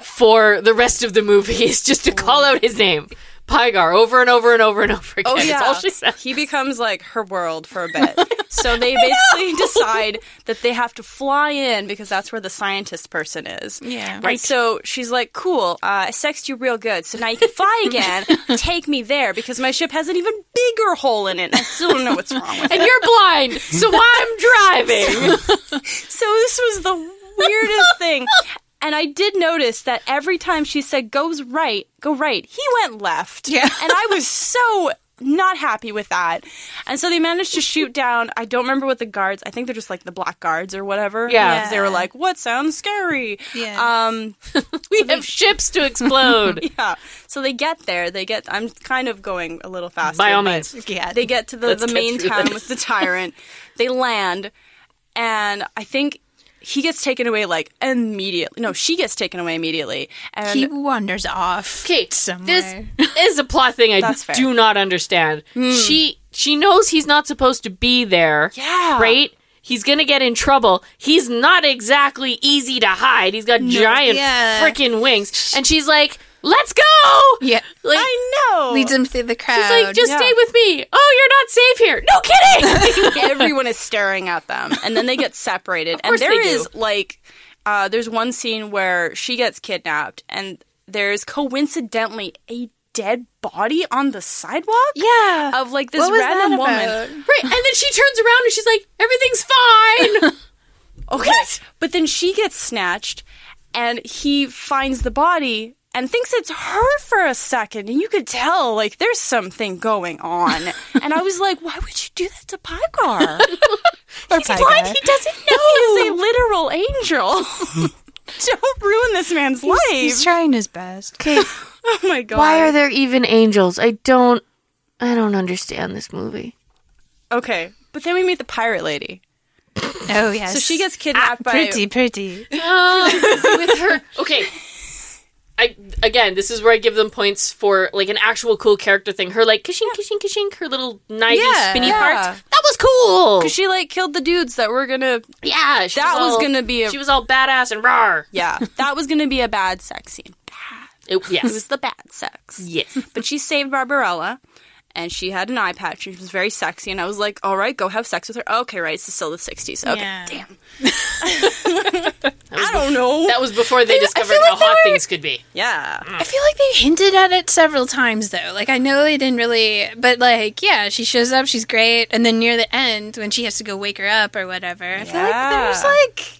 D: for the rest of the movie is just to call out his name. Pygar over and over and over and over again.
C: Oh yeah,
D: That's all she says.
C: he becomes like her world for a bit. so they basically decide that they have to fly in because that's where the scientist person is.
E: Yeah.
C: And so she's like, "Cool, uh, I sexed you real good. So now you can fly again. Take me there because my ship has an even bigger hole in it. I still don't know what's wrong with it."
D: And you're blind, so I'm driving.
C: So this was the weirdest thing. And I did notice that every time she said goes right, go right, he went left.
E: Yeah.
C: And I was so not happy with that. And so they managed to shoot down I don't remember what the guards I think they're just like the black guards or whatever.
D: Yeah.
C: 'Cause They were like, What sounds scary?
E: Yeah.
C: Um
D: we have ships to explode.
C: yeah. So they get there, they get I'm kind of going a little faster.
D: By all
C: but-
D: means.
E: yeah,
C: they get to the,
D: Let's
C: the
D: get
C: main
D: through
C: town
D: this.
C: with the tyrant. they land, and I think he gets taken away like immediately. No, she gets taken away immediately. And
E: he wanders off.
D: Okay,
E: somewhere.
D: this is a plot thing I
C: That's fair.
D: do not understand. She she knows he's not supposed to be there.
C: Yeah.
D: right. He's gonna get in trouble. He's not exactly easy to hide. He's got giant
E: Yeah.
D: freaking wings, and she's like, "Let's go!"
E: Yeah,
D: like
C: I know
E: leads him through the crowd.
D: she's like, "Just
C: Yeah.
D: stay with me." Oh, you're not safe here. No kidding.
C: everyone is staring at them, and then they get separated. and
D: course
C: there
D: they do.
C: is like, uh, there's one scene where she gets kidnapped, and there's coincidentally a dead body on the sidewalk.
E: yeah, Uh,
C: Of like this
E: What was
C: random
E: that
C: woman.
E: about?
D: right, and then she turns around and she's like, "Everything's fine."
C: Okay. But then she gets snatched and he finds the body and thinks it's her for a second. And you could tell, like, there's something going on. and I was like, why would you do that to Pygar? He's blind. He doesn't know. He's a literal angel. Don't ruin this man's life.
E: He's trying his best.
C: oh my God.
D: there even angels? I don't, I don't understand this movie.
C: okay. But then we meet the pirate lady.
E: Oh yes.
C: So she gets kidnapped by.
E: Ah, pretty, pretty. Um,
D: with her. Okay. I again, this is where I give them points for like an actual cool character thing. Her like kishink, kishink, kishink, her little knivey
E: Yeah.
D: spinny
C: Yeah.
D: parts. That was cool.
C: She, like, killed the dudes that were gonna.
D: yeah, she
C: That was
D: all-
C: gonna be a-
D: She was all badass and raw.
C: Yeah. that was gonna be a bad sex scene. It was
D: yes,
C: the bad sex.
D: yes.
C: But she saved Barbarella, and she had an eye patch, and she was very sexy. And I was like, all right, go have sex with her. Okay, right, this is still the 60s. Okay,
E: Yeah.
C: damn. I don't know.
D: That was before they discovered
E: feel
D: how
E: like they
D: hot
E: were-
D: things could be.
C: yeah.
E: I feel like they hinted at it several times though. Like I know they didn't really, but like yeah, she shows up, she's great, and then near the end when she has to go wake her up or whatever, I feel like there was
C: Yeah.
E: like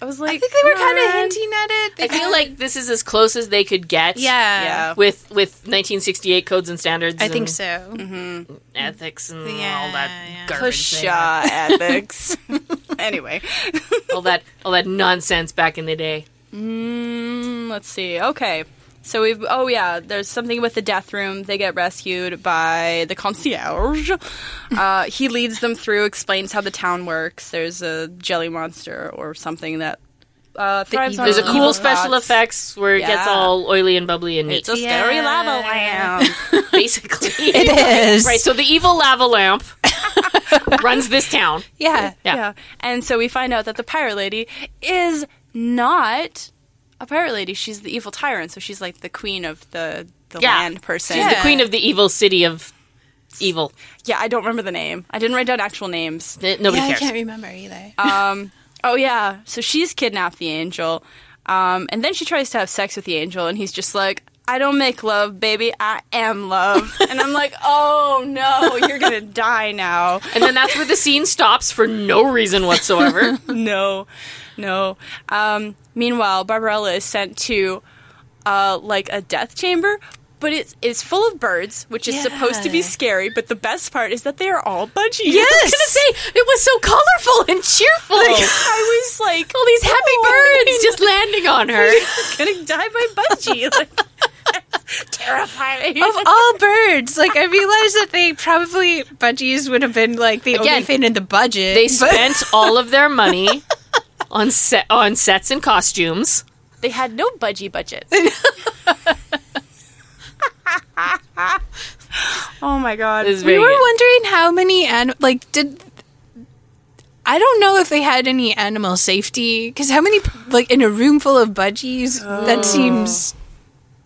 C: I was like,
E: I think they were kind of
C: alright.
E: hinting at it. They
D: I feel like this is as close as they could get.
E: yeah,
C: Yeah.
D: With with 1968 codes and standards.
E: I think
D: and
E: so.
D: Ethics and all
E: Yeah,
D: that
E: yeah.
D: garbage. they had.
C: Pusha ethics. anyway,
D: All that all that nonsense back in the day.
C: Mm, let's see. Okay. So we've. Oh, yeah. There's something with the death room. They get rescued by the concierge. Uh, he leads them through, explains how the town works. There's a jelly monster or something that uh, thrives on
E: evil-
D: There's a
E: Evil
D: cool
C: evil
D: special
C: thoughts.
D: effects where it gets
C: Yeah.
D: all oily and bubbly and neat,
C: It's a scary
E: Yeah.
C: lava lamp.
D: basically.
E: It is
D: right, so the evil lava lamp runs this town.
E: yeah.
D: Yeah.
C: yeah. And so we find out that the pirate lady is not a pirate lady. She's the evil tyrant. So she's like the queen of the, the
D: Yeah.
C: land person.
D: She's the queen of the evil city of evil.
C: yeah, I don't remember the name. I didn't write down actual names.
D: N- Nobody
E: Yeah, I
D: cares.
E: can't remember either.
C: Um, oh yeah, so she's kidnapped the angel, um, and then she tries to have sex with the angel, and he's just like, "I don't make love, baby. I am love." and I'm like, "Oh no, you're gonna die now."
D: And then that's where the scene stops for no reason whatsoever.
C: no, no. Um, meanwhile, Barbarella is sent to uh, like a death chamber, But it's, it's full of birds, which is supposed to be
E: Yeah.
C: scary, but the best part is that they are all budgies.
D: I was gonna say it was so colorful and cheerful.
C: I was like,
D: all these happy birds just landing on her.
C: gonna die by budgie. Like, terrifying.
E: Of all birds, like I realized that they probably budgies would have been like the
D: Again,
E: only thing in the budget.
D: They
E: but-
D: spent all of their money on set on sets and costumes.
C: They had no budgie budget. oh my god.
D: It was
E: We
D: very
E: were
D: good.
E: wondering how many and like did I don't know if they had any animal safety because how many like in a room full of budgies
D: Oh,
E: that seems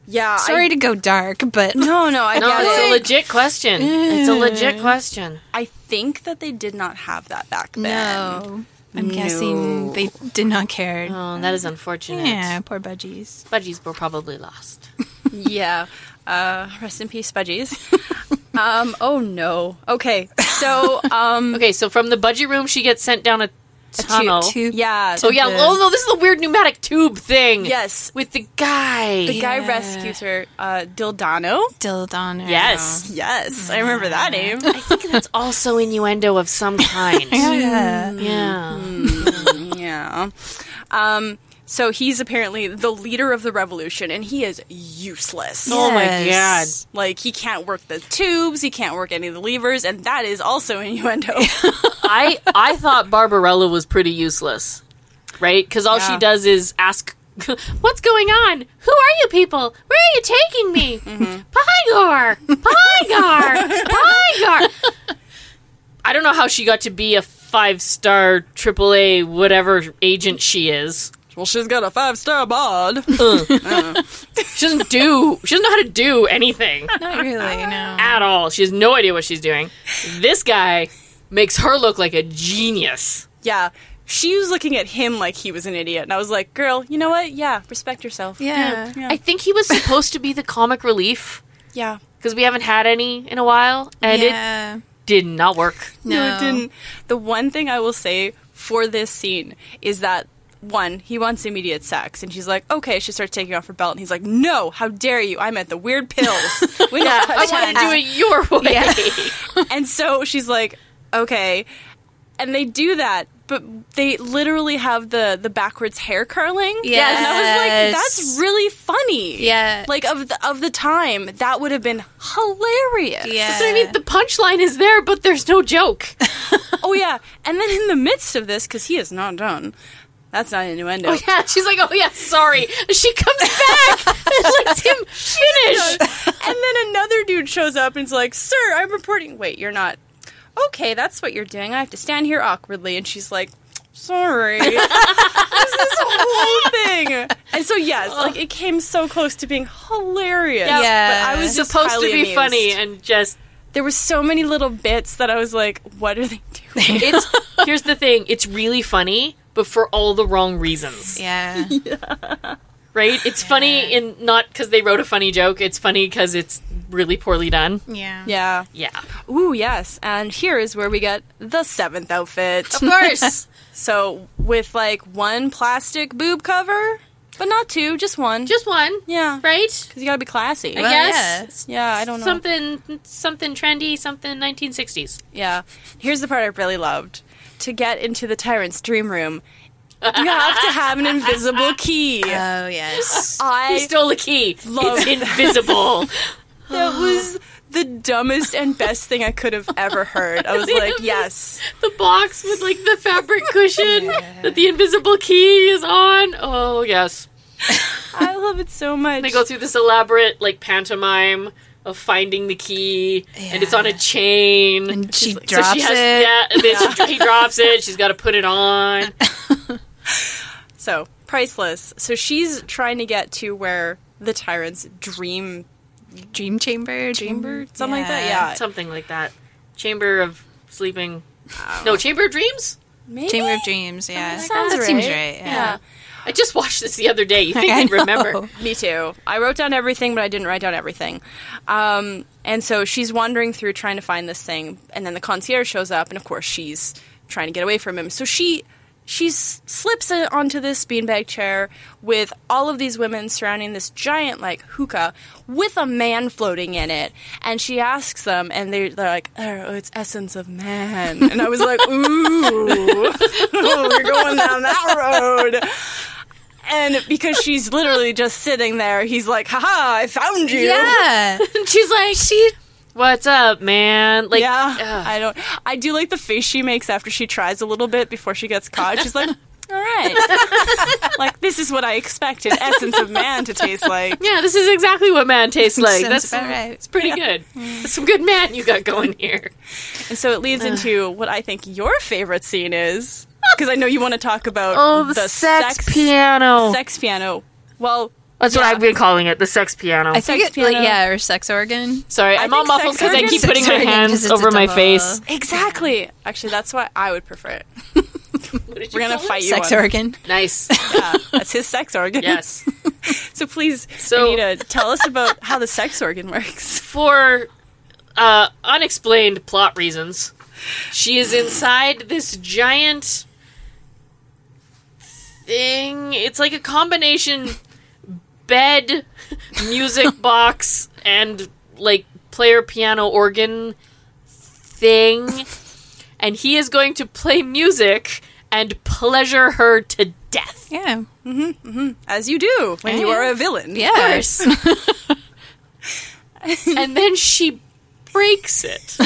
C: Yeah.
E: sorry to go dark but
C: I, no, no, I
D: No,
C: got
D: it's a
C: it.
D: legit question. It's a
E: Mm.
D: legit question.
C: I think that they did not have that back then.
E: no I'm guessing they did not care
D: Oh, that is unfortunate.
E: yeah poor budgies
D: Budgies were probably lost.
C: Yeah. Uh, rest in peace, budgies. um, oh no. Okay. So, um,
D: Okay, so from the budgie room, she gets sent down a tunnel.
E: Two- two-
C: yeah.
D: oh yeah.
E: the-
D: Oh no, this is the weird pneumatic tube thing.
C: Yes.
D: with the guy.
C: The guy
E: Yeah.
C: rescues her, uh, Dildano.
E: Dildon or-
D: yes,
C: Yes, I remember that name.
D: I think that's also innuendo of some kind. Hmm.
E: yeah.
D: yeah.
C: Yeah. Um, so he's apparently the leader of the revolution, and he is useless.
D: Oh my god.
E: Yes.
C: Like, he can't work the tubes, he can't work any of the levers, and that is also innuendo.
D: I I thought Barbarella was pretty useless, right? Because all she
C: Yeah.
D: does is ask, "What's going on? Who are you people? Where are you taking me? Pygar, Pygar, Pygar." I don't know how she got to be a five star AAA whatever agent she is.
C: well, she's got a five star bod.
D: She doesn't do. She doesn't know how to do anything
E: not really no
D: at all. She has no idea what she's doing. This guy makes her look like a genius.
C: yeah. She was looking at him like he was an idiot, and I was like, girl, you know what? Yeah, respect yourself.
E: Yeah.
C: Yeah.
D: I think he was supposed to be the comic relief.
C: yeah.
D: because we haven't had any in a while, and it
E: yeah
D: did not work.
C: No. it didn't. The one thing I will say for this scene is that one, he wants immediate sex, and she's like, "Okay." She starts taking off her belt, and he's like, "No, how dare you? I'm at the weird pills." We don't
D: I
E: Oh
C: touch
D: want
C: hands."
D: to do it your way.
C: And so she's like, "Okay," and they do that, but they literally have the the backwards hair curling.
E: Yes.
C: and I was like, "That's really funny."
E: Yeah.
C: like of the of the time, that would have been hilarious.
E: Yeah.
D: So, I mean, the punchline is there, but there's no joke.
C: Oh yeah, and then in the midst of this, because he is not done. That's not innuendo.
D: Oh yeah, she's like, oh yeah, sorry. She comes back and lets him finish.
C: and then another dude shows up and's like, "Sir, I'm reporting." Wait, you're not. Okay, that's what you're doing. I have to stand here awkwardly, and she's like, "Sorry." There's this whole thing, and so yes, like it came so close to being hilarious.
E: Yeah.
C: but I was
D: It's
C: just
D: supposed to
C: highly
D: be
C: amused.
D: funny, and just
C: There were so many little bits that I was like, "What are they doing?"
D: it's. here's the thing: it's really funny, but for all the wrong reasons.
E: yeah
D: Right? It's funny in not because they wrote a funny joke. It's funny because it's really poorly done.
E: yeah
C: yeah.
D: Yeah,
C: Ooh, yes. And here is where we get the seventh outfit.
D: of course.
C: So with like one plastic boob cover, but not two, just one.
D: Just one,
C: yeah, because
D: right?
C: you gotta be classy.
D: I guess.
E: yeah.
C: yeah, I don't know.
D: Something, something trendy, something 1960s.
C: yeah, here's the part I really loved: to get into the tyrant's dream room, you have to have an invisible key.
E: oh yes
D: He
C: I
D: stole a key.
C: love
D: it's invisible.
C: that was the dumbest and best thing I could have ever heard. I was like, yes,
D: the box with like the fabric cushion that the invisible key is on. Oh yes.
C: I love it so much.
D: They go through this elaborate like pantomime of finding the key, and it's on a chain.
E: and she drops
D: so she has
E: it
D: yeah, and then she, he drops it. She's got to put it on.
C: So priceless. So she's trying to get to where the tyrant's dream
E: dream chamber
C: chamber, something like that. Yeah,
D: Something like that. Chamber of sleeping. No, chamber of dreams.
C: Maybe?
E: Chamber of Dreams, yeah.
C: sounds
E: that seems
C: right.
E: right. Yeah.
C: Yeah.
D: I just watched this the other day. You think
E: I
D: I'd
E: know.
D: remember?
C: Me too. I wrote down everything, but I didn't write down everything. Um, and so she's wandering through trying to find this thing, and then the concierge shows up, and of course she's trying to get away from him. So she she s- slips it onto this beanbag chair with all of these women surrounding this giant like hookah with a man floating in it and she asks them and they're, they're like oh it's essence of man and i was like ooh we're going down that road and because she's literally just sitting there he's like haha i found you
E: Yeah.
D: And she's like,
E: she
D: "What's up, man?" Like,
C: Yeah,
D: ugh.
C: I don't. I do like the face she makes after she tries a little bit before she gets caught. She's like, "All right, like this is what I expected essence of man to taste like."
D: yeah, this is exactly what man tastes like.
E: Sounds
D: That's
E: about right.
D: It's pretty good. That's some good man you got going here.
C: And so it leads into what I think your favorite scene is, because I know you want to talk about
D: Oh, piano.
C: sex piano. Well,
D: That's what I've been calling it, the sex piano.
E: I think
C: Sex
E: it, like,
C: piano.
E: yeah, or sex organ.
D: Sorry, I'm all
C: think sex
D: muffled because I
C: organ-
D: keep
E: sex
D: putting my
E: organ 'cause
D: hands
E: it's a
D: over my
E: double-
D: face.
C: exactly. Actually, that's why I would prefer it. We're gonna fight you.
E: sex
C: on-
E: organ.
D: Nice.
C: Yeah, that's his sex organ.
D: Yes.
C: So please,
D: So-
C: Anita, tell us about how the sex organ works.
D: For uh, unexplained plot reasons, she is inside this giant thing. It's like a combination bed, music box, and like player piano organ thing. And he is going to play music and pleasure her to death.
E: Yeah.
C: as you do when you
E: Yeah.
C: are a villain.
E: Yeah.
D: and then she breaks it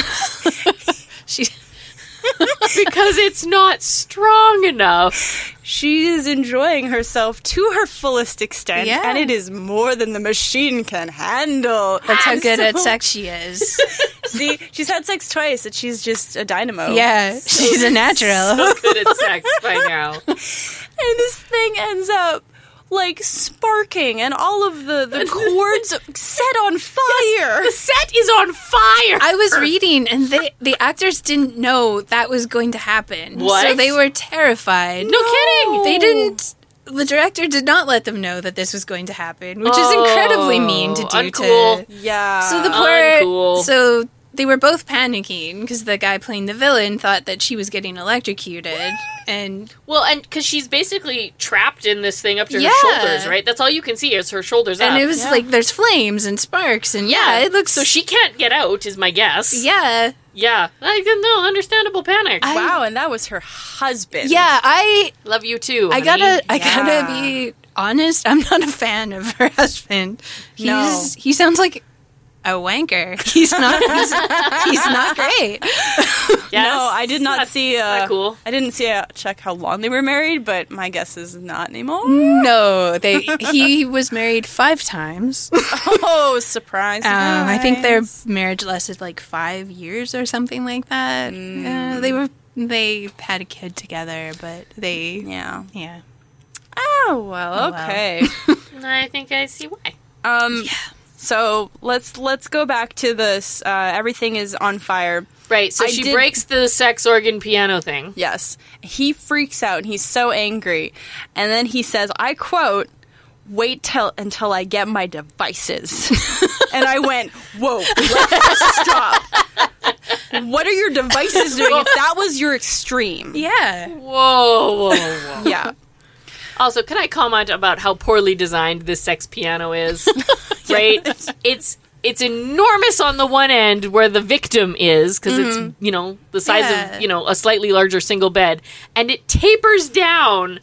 E: She,
D: because it's not strong enough.
C: She is enjoying herself to her fullest extent,
E: Yeah.
C: and it is more than the machine can handle. That's
E: how good at sex she is.
C: See, she's had sex twice, and she's just a
D: Oh,
C: dynamo.
E: Yeah. She's a natural.
D: Good at sex by now.
C: And this thing ends up like sparking, and all of the, the cords set on fire.
D: The set is on fire.
E: I was reading, and they, the actors didn't know that was going to happen. So
D: What?
E: they were terrified.
D: no, kidding.
E: They didn't. The director did not let them know that this was going to happen, which is incredibly mean to do
D: Oh, uncool. Uh,
E: to.
C: Yeah.
E: So the poor.
D: Uncool.
E: So they were both panicking because the guy playing the villain thought that she was getting electrocuted, and
D: Well, and because she's basically trapped in this thing up to
E: Yeah.
D: her shoulders, right? That's all you can see is her shoulders
E: and
D: up.
E: it was like there's flames and sparks, and yeah, it looks
D: so she can't get out. Is my guess.
E: Yeah,
D: Yeah. I didn't know. Understandable panic.
E: I-
C: wow, and that was her husband.
E: yeah. I
D: Love you too.
E: I
D: honey.
E: gotta I
C: Yeah.
E: gotta be honest. I'm not a fan of her husband. He's
C: No.
E: he sounds like a wanker. He's not. He's, he's not great.
D: Yes.
C: No, I did not
D: That's
C: see. Uh,
D: not cool.
C: I didn't see. Uh, check how long they were married, but my guess is not anymore.
E: No, they. He was married five times.
C: Oh, surprise!
E: Um, I think their
C: surprise.
E: marriage lasted like five years or something like that.
C: Mm.
E: Uh, they were they had a kid together, but they yeah.
C: Yeah. Oh well,
E: Oh, wow.
C: okay.
D: I think I see why.
C: um, so let's let's go back to this. Uh, everything is on fire.
D: Right. So
C: I
D: she
C: did-
D: breaks the sex organ piano thing.
C: Yes, he freaks out and he's so angry, and then he says, "I quote." Wait till until I get my devices, and I went, "Whoa, let's stop! What are your devices doing? If that was your extreme,
E: Yeah.
D: Whoa, whoa, whoa.
C: yeah,
D: also, can I comment about how poorly designed this sex piano is? right? It's it's enormous on the one end where the victim is because it's, you know, the size
E: Mm-hmm. Yeah.
D: of, you know, a slightly larger single bed and it tapers down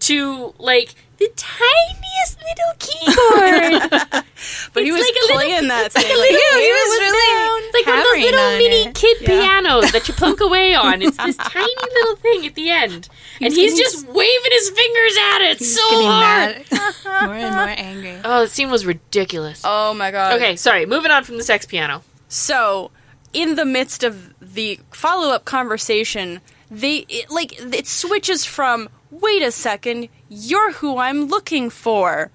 D: to like the tiniest little keyboard.
C: but he was
D: like a little-
C: playing that thing.
E: Yeah, he was really
D: it's like one of those
E: hammering
D: little
E: on
D: mini
E: it.
D: kid pianos that you plunk away on. It's this tiny little thing at the end. and he's just waving his fingers at it so
E: Getting
D: hard.
E: mad, more and more angry.
D: Oh, the scene was ridiculous.
C: oh my god!
D: Okay, sorry. Moving on from the sex piano.
C: So, in the midst of the follow up conversation, they it, like it switches from wait a second, you're who I'm looking for.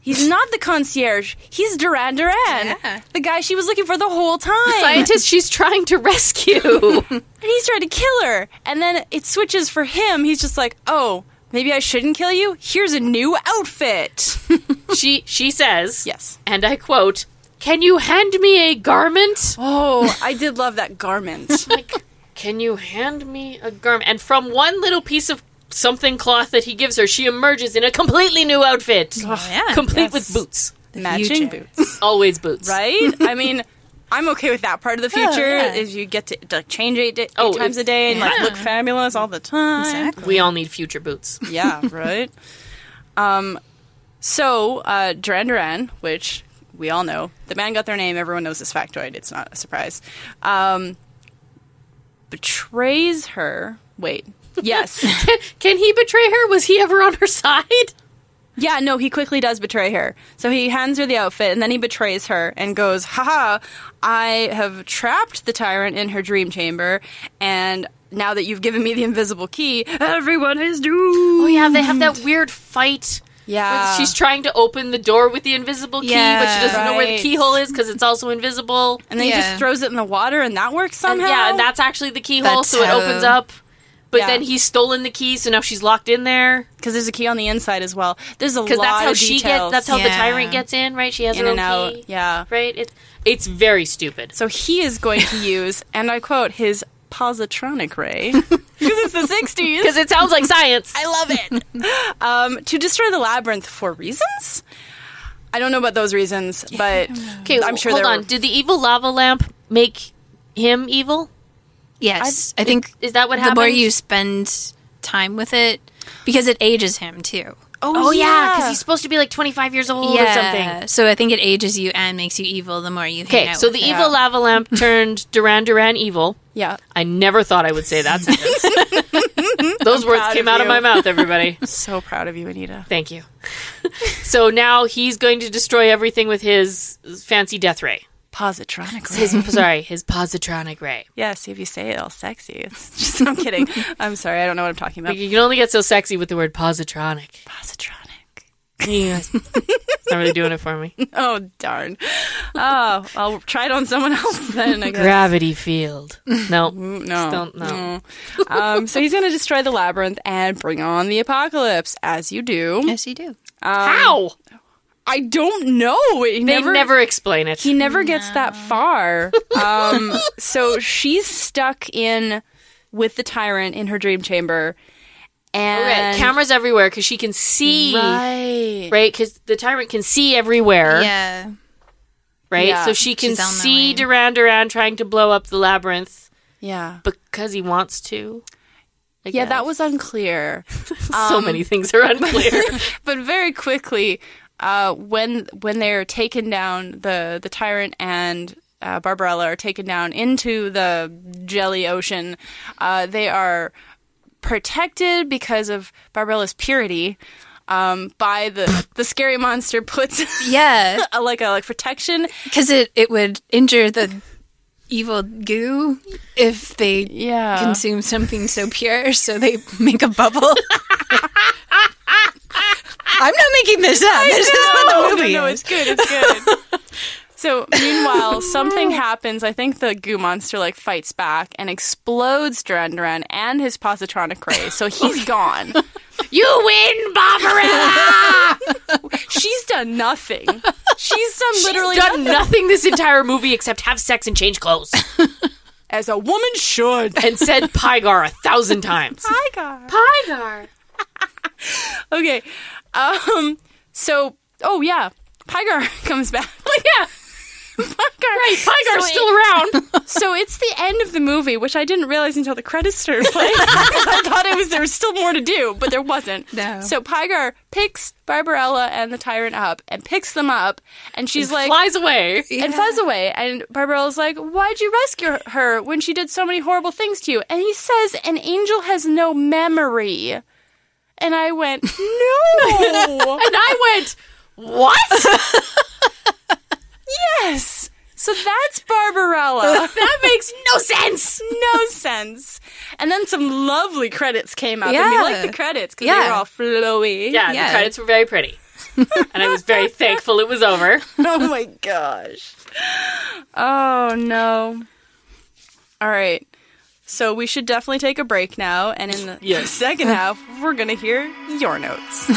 C: He's not the concierge. He's Duran Duran,
E: Yeah.
C: the guy she was looking for the whole time.
D: Scientist she's trying to rescue.
C: and he's trying to kill her. And then it switches for him. He's just like, oh, maybe I shouldn't kill you. Here's a new outfit.
D: she she says,
C: yes.
D: and I quote, "Can you hand me a garment?"
C: Oh, I did love that garment.
D: Like, Can you hand me a garment? And from one little piece of something cloth that he gives her, she emerges in a completely new outfit.
E: yeah.
D: complete
E: Yes.
D: with boots.
C: Matching
E: future.
C: boots,
D: Always boots.
C: right? I mean, I'm okay with that part of the future.
E: yeah.
C: Is you get to like change eight, da- eight
D: Oh,
C: times
D: it-
C: a day and like look fabulous all the time.
E: Exactly.
D: We all need future boots.
C: Yeah, right. um, so uh, Duran Duran, which we all know, the band got their name. Everyone knows this factoid. It's not a surprise. Um, betrays her. Wait. Yes.
D: Can he betray her? Was he ever on her side?
C: yeah, no, he quickly does betray her. So he hands her the outfit and then he betrays her and goes, haha, I have trapped the tyrant in her dream chamber. And now that you've given me the invisible key, everyone is doomed.
D: Oh yeah, they have that weird fight.
C: Yeah.
D: Where she's trying to open the door with the invisible key, but she
E: Yeah.
D: doesn't know where the
C: Right.
D: keyhole is because it's also invisible.
C: and then he
E: Yeah.
C: just throws it in the water and that works
D: And
C: somehow.
D: yeah, and that's actually the keyhole,
E: That's
D: so it
E: how-
D: opens up. But
C: Yeah.
D: then he's stolen the key, so now she's locked in there
C: because there's a key on the inside as well. There's a lot
D: because that's how
C: of
D: she
C: details
D: gets. That's how the
E: Yeah.
D: tyrant gets in, right? She has
C: in
D: her
C: and
D: own
C: out.
D: key,
C: Yeah.
D: right? It's it's very stupid.
C: So he is going to use, and I quote, his positronic ray because it's the 60s.
D: Because it sounds like science.
C: I love it. um, to destroy the labyrinth for reasons. I don't know about those reasons, but
D: okay,
C: I'm sure
D: Hold
C: there
D: on.
C: were-
D: Did the evil lava lamp make him evil?
E: Yes, I think
D: Is that what
E: the
D: happened?
E: more you spend time with it, because it ages him too.
D: Oh yeah, because he's supposed to be like 25 years old or something.
E: So I think it ages you and makes you evil the more you. hang
D: Okay,
E: out
D: so
E: with
D: the
E: it.
D: evil lava lamp turned Duran Duran evil.
C: yeah.
D: I never thought I would say that sentence. Those words
C: proud
D: came
C: of
D: out of
C: you.
D: my mouth, everybody.
C: So proud of you, Anita.
D: Thank you. so now he's going to destroy everything with his fancy death ray.
C: Positronic ray.
D: His sorry, his positronic ray.
C: Yeah, see if you say it all sexy. It's just, I'm kidding. I'm sorry. I don't know what I'm talking about.
D: You can only get so sexy with the word positronic.
C: Positronic.
D: Yes. it's not really doing it for me.
C: Oh, darn. Oh, I'll try it on someone else then, I guess.
D: Gravity field. No.
C: Mm, no.
D: Don't know.
C: Um, so he's going to destroy the labyrinth and bring on the apocalypse, as you do.
E: yes, you do.
D: How?
C: I don't know. He
D: They
C: never,
D: never, explain it.
C: he never gets that far. Um, so she's stuck in with the tyrant in her dream chamber, and
D: Right, cameras everywhere because she can see,
C: Right.
D: right? Because the tyrant can see everywhere,
E: Yeah,
D: right?
C: Yeah.
D: so she can
E: She's on the
D: see
E: way.
D: Duran Duran trying to blow up the labyrinth
C: Yeah.
D: because he wants to. I
C: Yeah,
D: guess.
C: that um, was unclear.
D: so many things are unclear.
C: but very quickly, uh, when when they're taken down, the the tyrant and uh, Barbarella are taken down into the jelly ocean. Uh, they are protected because of Barbarella's purity. Um, by the the scary monster puts
E: yeah,
C: a, like a like protection.
E: because it it would injure the evil goo if they
C: Yeah.
E: consume something so pure. So they make a bubble. I'm not making this up. This is what the
C: no,
E: movie
C: no,
E: is.
C: it's good. It's good. so meanwhile, something happens. I think the goo monster like fights back and explodes Duran Duran and his positronic ray. So he's gone.
D: you win, Barbarella.
C: She's done nothing. She's done literally
D: She's done nothing this entire movie except have sex and change clothes,
C: as a woman should.
D: and said Pygar a thousand times. Pygar.
C: Okay. Um. So oh yeah, Pygar comes back. Like Oh, yeah. Pygar. Right,
D: Pygar's still around.
C: So it's the end of the movie, which I didn't realize until the credits started playing. I thought it was there was still more to do, but there wasn't.
E: No.
C: So Pygar picks Barbarella and the tyrant up and picks them up, and she's like.
D: Flies away.
C: and flies away, and Barbarella's like, "Why'd you rescue her when she did so many horrible things to you?" And he says, "An angel has no memory." And I went, "No."
D: And I went, what?
C: yes. So that's Barbarella.
D: that makes no sense.
C: no sense. And then some lovely credits came up. And we
E: Yeah.
C: liked the credits because they
E: Yeah.
C: were all flowy.
D: Yeah,
E: Yeah.
D: the credits were very pretty. and I was very thankful it was over.
C: oh my gosh. Oh no. All right. So we should definitely take a break now. And in the
D: Yes.
C: second half, we're going to hear your notes.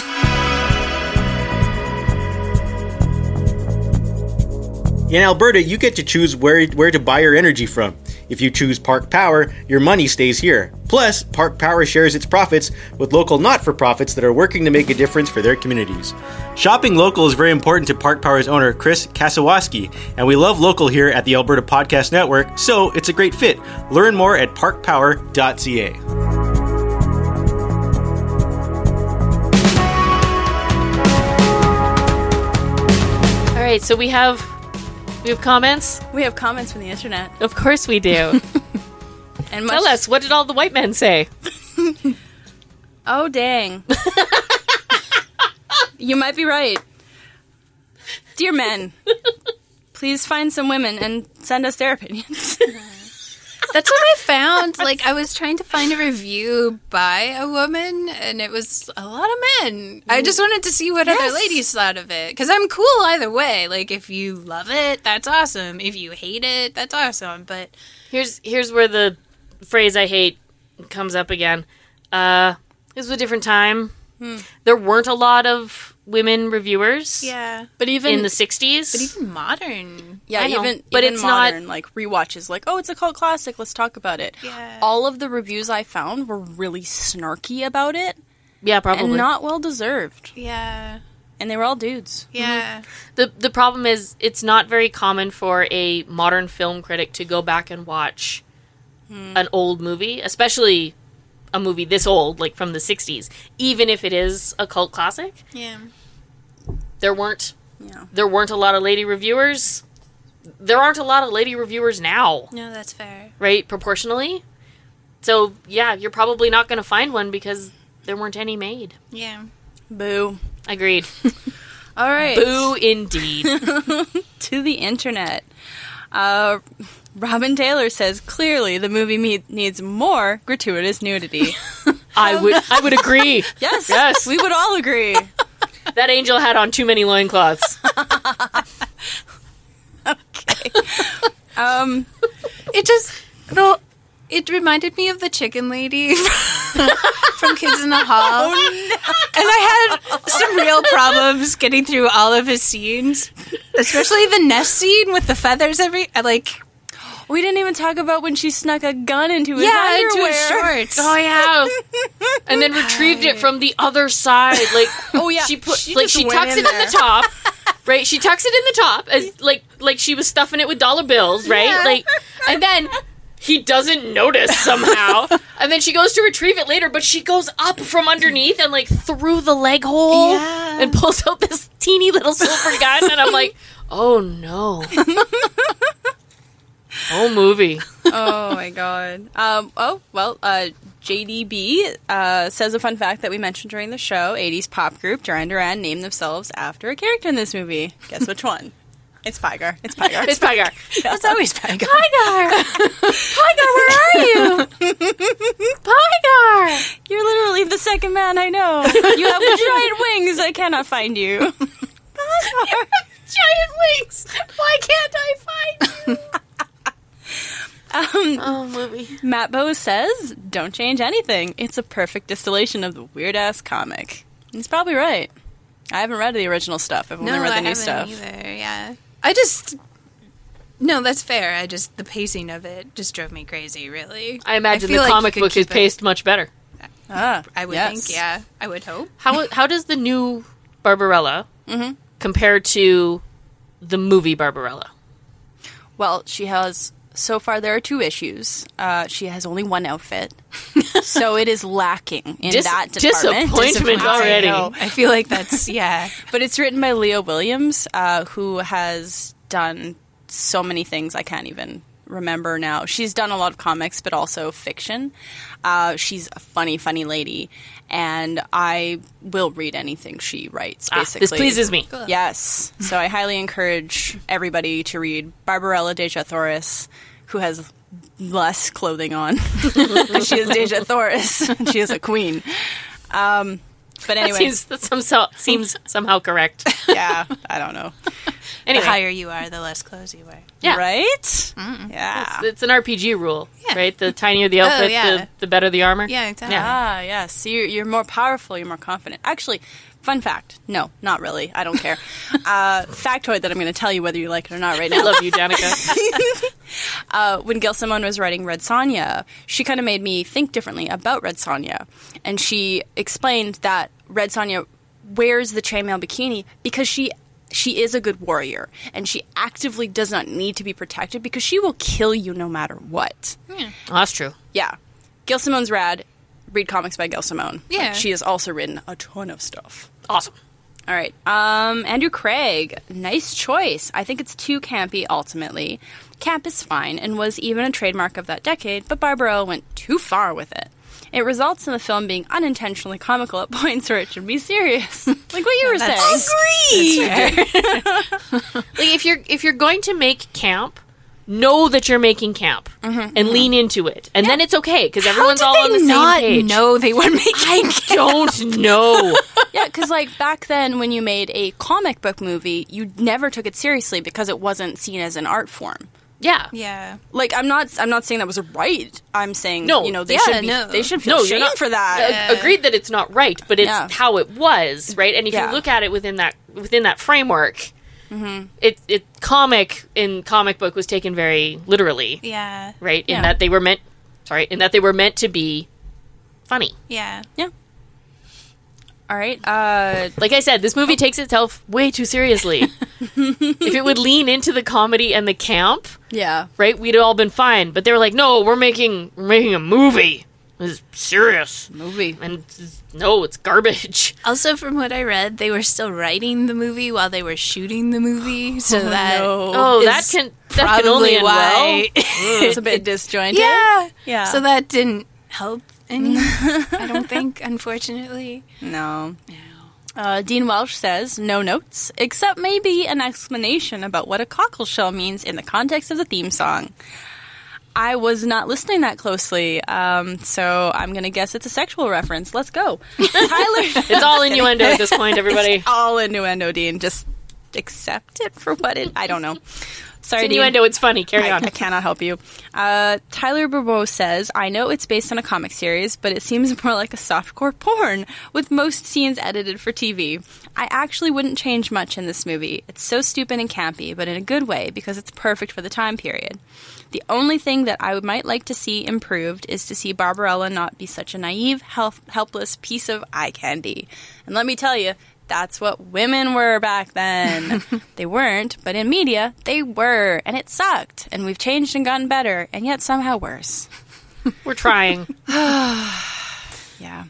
H: In Alberta, you get to choose where, where to buy your energy from. If you choose Park Power, your money stays here. Plus, Park Power shares its profits with local not for profits that are working to make a difference for their communities. Shopping local is very important to Park Power's owner, Chris Kasawaski, and we love local here at the Alberta Podcast Network, so it's a great fit. Learn more at parkpower.ca.
D: All right, so we have we have comments.
C: We have comments from the internet.
D: Of course we do.
C: And
D: Tell
C: much-
D: us, what did all the white men say?
C: Oh, dang. you might be right. Dear men, please find some women and send us their opinions.
E: That's what I found. Like I was trying to find a review by a woman, and it was a lot of men. I just wanted to see what other ladies thought of it because I'm cool either way. Like if you love it, that's awesome. If you hate it, that's awesome. But
D: Here's here's where the phrase I hate comes up again. Uh, this was a different time.
C: Hmm.
D: There weren't a lot of women reviewers
E: yeah,
C: But even
D: in the '60s.
C: e-
E: modern.
C: yeah,
D: I know.
C: even
D: But
C: even
D: it's not-
C: modern like rewatches. Like, oh, it's a cult classic. Let's talk about it.
E: Yeah.
C: All of the reviews I found were really snarky about it
D: yeah, probably.
C: and not well deserved.
E: Yeah,
C: And they were all dudes.
E: yeah.
D: the the problem is it's not very common for a modern film critic to go back and watch
C: Hmm.
D: an old movie, especially a movie this old, like from the '60s. Even if it is a cult classic,
E: Yeah.
D: there weren't
C: Yeah.
D: there weren't a lot of lady reviewers. There aren't a lot of lady reviewers now,
E: No, that's fair.
D: right? Proportionally. So yeah, you're probably not going to find one because there weren't any made.
E: Yeah.
C: Boo.
D: Agreed.
C: All right.
D: Boo, indeed.
C: to the internet. Uh, Robin Taylor says clearly the movie me- needs more gratuitous nudity.
D: I would I would agree.
C: yes,
D: Yes.
C: we would all agree.
D: That angel had on too many loincloths.
C: Um,
E: It just no. It reminded me of the chicken lady from Kids in the
D: Oh,
E: Hall. And I had some real problems getting through all of his scenes, especially the nest scene with the feathers. Every I like,
C: we didn't even talk about when she snuck a gun into his
E: yeah, into
C: underwear.
E: his shorts.
D: Oh yeah. And then retrieved it from the other side. Like
C: Oh yeah,
D: she put like she tucks it in the top. Right? She tucks it in the top as like like she was stuffing it with dollar bills, right? Like and then he doesn't notice somehow. and then she goes to retrieve it later, but she goes up from underneath and like through the leg hole
E: Yeah.
D: and pulls out this teeny little silver gun and I'm like, "Oh no." Oh movie.
C: oh my god. Um, oh well, uh, JDB uh, says a fun fact that we mentioned during the show: '80s pop group Duran Duran named themselves after a character in this movie. Guess which one? It's Pygar. It's Pygar.
D: It's Pygar.
E: It's always bad.
C: You're literally the second man I know. You have giant wings. I cannot find you.
D: Giant wings. Why can't I find
C: Um,
E: Oh,
C: Matt Bowe says, "Don't change anything. It's a perfect distillation of the weird ass comic." He's probably right. I haven't read the original stuff. I've only read the
E: I
C: new
E: haven't
C: stuff.
E: either. Yeah, I just no, that's fair. I just the pacing of it just drove me crazy. Really,
D: I imagine
E: feel
D: the
E: like you
D: comic
E: could
D: book is
E: keep it-
D: paced much better.
C: Ah,
E: I would
C: yes.
E: think. Yeah, I would hope.
D: How how does the new Barbarella
E: Mm-hmm.
D: compare to the movie Barbarella?
C: Well, she has. So far, there are two issues. Uh, she has only one outfit, so it is lacking in
D: Dis-
C: that department.
D: disappointment already.
E: I feel like that's yeah.
C: But it's written by Leah Williams, uh, who has done so many things I can't even remember now. She's done a lot of comics, but also fiction. Uh, she's a funny, funny lady, and I will read anything she writes.
D: Ah,
C: Basically,
D: this pleases me.
C: Yes, so I highly encourage everybody to read Barbarella Deja Thoris, who has less clothing on. 'Cause she is Deja Thoris. she is a queen. Um, but
D: That
C: anyway,
D: seems that somehow seems somehow correct.
C: yeah, I don't know.
E: The
D: Anyway,
E: higher you are, the less clothes you wear.
D: yeah,
C: Right? Yeah.
D: It's an RPG rule,
E: Yeah. Oh,
D: right? The tinier the outfit,
E: yeah.
D: the, the better the armor.
E: Yeah, exactly.
D: Yeah.
C: Ah, yes. So you're, you're more powerful, you're more confident. Actually, fun fact. No, not really. I don't
E: Ah.
C: care. uh, factoid that I'm going to tell you whether you like it or not right
D: I
C: now.
D: love you, Danica.
C: uh, when Gail Simone was writing Red Sonja, she kind of made me think differently about Red Sonja. And she explained that Red Sonja wears the chainmail bikini because she she is a good warrior and she actively does not need to be protected because she will kill you no matter what.
D: Oh, that's true.
C: Yeah. Gail Simone's rad. Read comics by Gail Simone. Like,
E: Yeah.
C: she has also written a ton of stuff.
D: Awesome.
C: All right. Um, Andrew Craig, nice choice. I think it's too campy ultimately. Camp is fine and was even a trademark of that decade, but Barbaro went too far with it. It results in the film being unintentionally comical at points where it should be serious. like what you were saying.
D: Like if you're if you're going to make camp, know that you're making camp
E: Mm-hmm,
D: and lean into it, and then it's okay because everyone's all on the
E: not
D: same page.
E: know they were making
D: Don't know.
C: Yeah, because like back then, when you made a comic book movie, you never took it seriously because it wasn't seen as an art form.
D: Yeah.
E: Yeah.
C: Like I'm not, I'm not saying that was right. I'm saying
D: No,
C: you know they
E: yeah,
C: should be,
E: no.
C: they should feel
D: No, you're
C: shame
D: not
C: for that.
D: A- Agreed that it's not right, but it's
C: Yeah.
D: how it was, right? And if
C: Yeah. Mm-hmm.
D: you look at it within that within that framework, it it comic in comic book was taken very literally,
E: Yeah.
D: right? In
C: Yeah.
D: that they were meant, sorry, in that they were meant to be funny.
E: Yeah.
C: All right, uh,
D: Like I said, this movie takes itself way too seriously. if it would lean into the comedy and the camp,
C: yeah,
D: right, we'd all been fine. But they were like, "No, we're making we're making a movie. This is serious."
C: movie.
D: And it's- no, it's garbage.
E: Also, from what I read, they were still writing the movie while they were shooting the movie, so that
D: Oh,
E: is
D: that can that can
E: probably
D: only end well.
E: why.
C: It's a bit disjointed.
E: yeah,
C: Yeah.
E: So that didn't help any.
D: Mm-hmm.
E: I don't think, unfortunately.
C: No. Uh, Dean Welsh says no notes, except maybe an explanation about what a cockle shell means in the context of the theme song. I was not listening that closely, um, so I'm going to guess it's a sexual reference. Let's go. Tyler.
D: It's all innuendo at this point, everybody.
C: It's all innuendo, Dean. Just accept it for what it. I don't know. Sorry, Dean.
D: Innuendo, it's funny. Carry
C: I,
D: on.
C: I cannot help you. Uh, Tyler Barbeau says, I know it's based on a comic series, but it seems more like a softcore porn, with most scenes edited for TV. I actually wouldn't change much in this movie. It's so stupid and campy, but in a good way, because it's perfect for the time period. The only thing that I would- might like to see improved is to see Barbarella not be such a naive, help, helpless piece of eye candy. And let me tell you, that's what women were back then. they weren't, but in media, they were, and it sucked. And we've changed and gotten better, and yet somehow worse.
D: We're trying.
C: Yeah.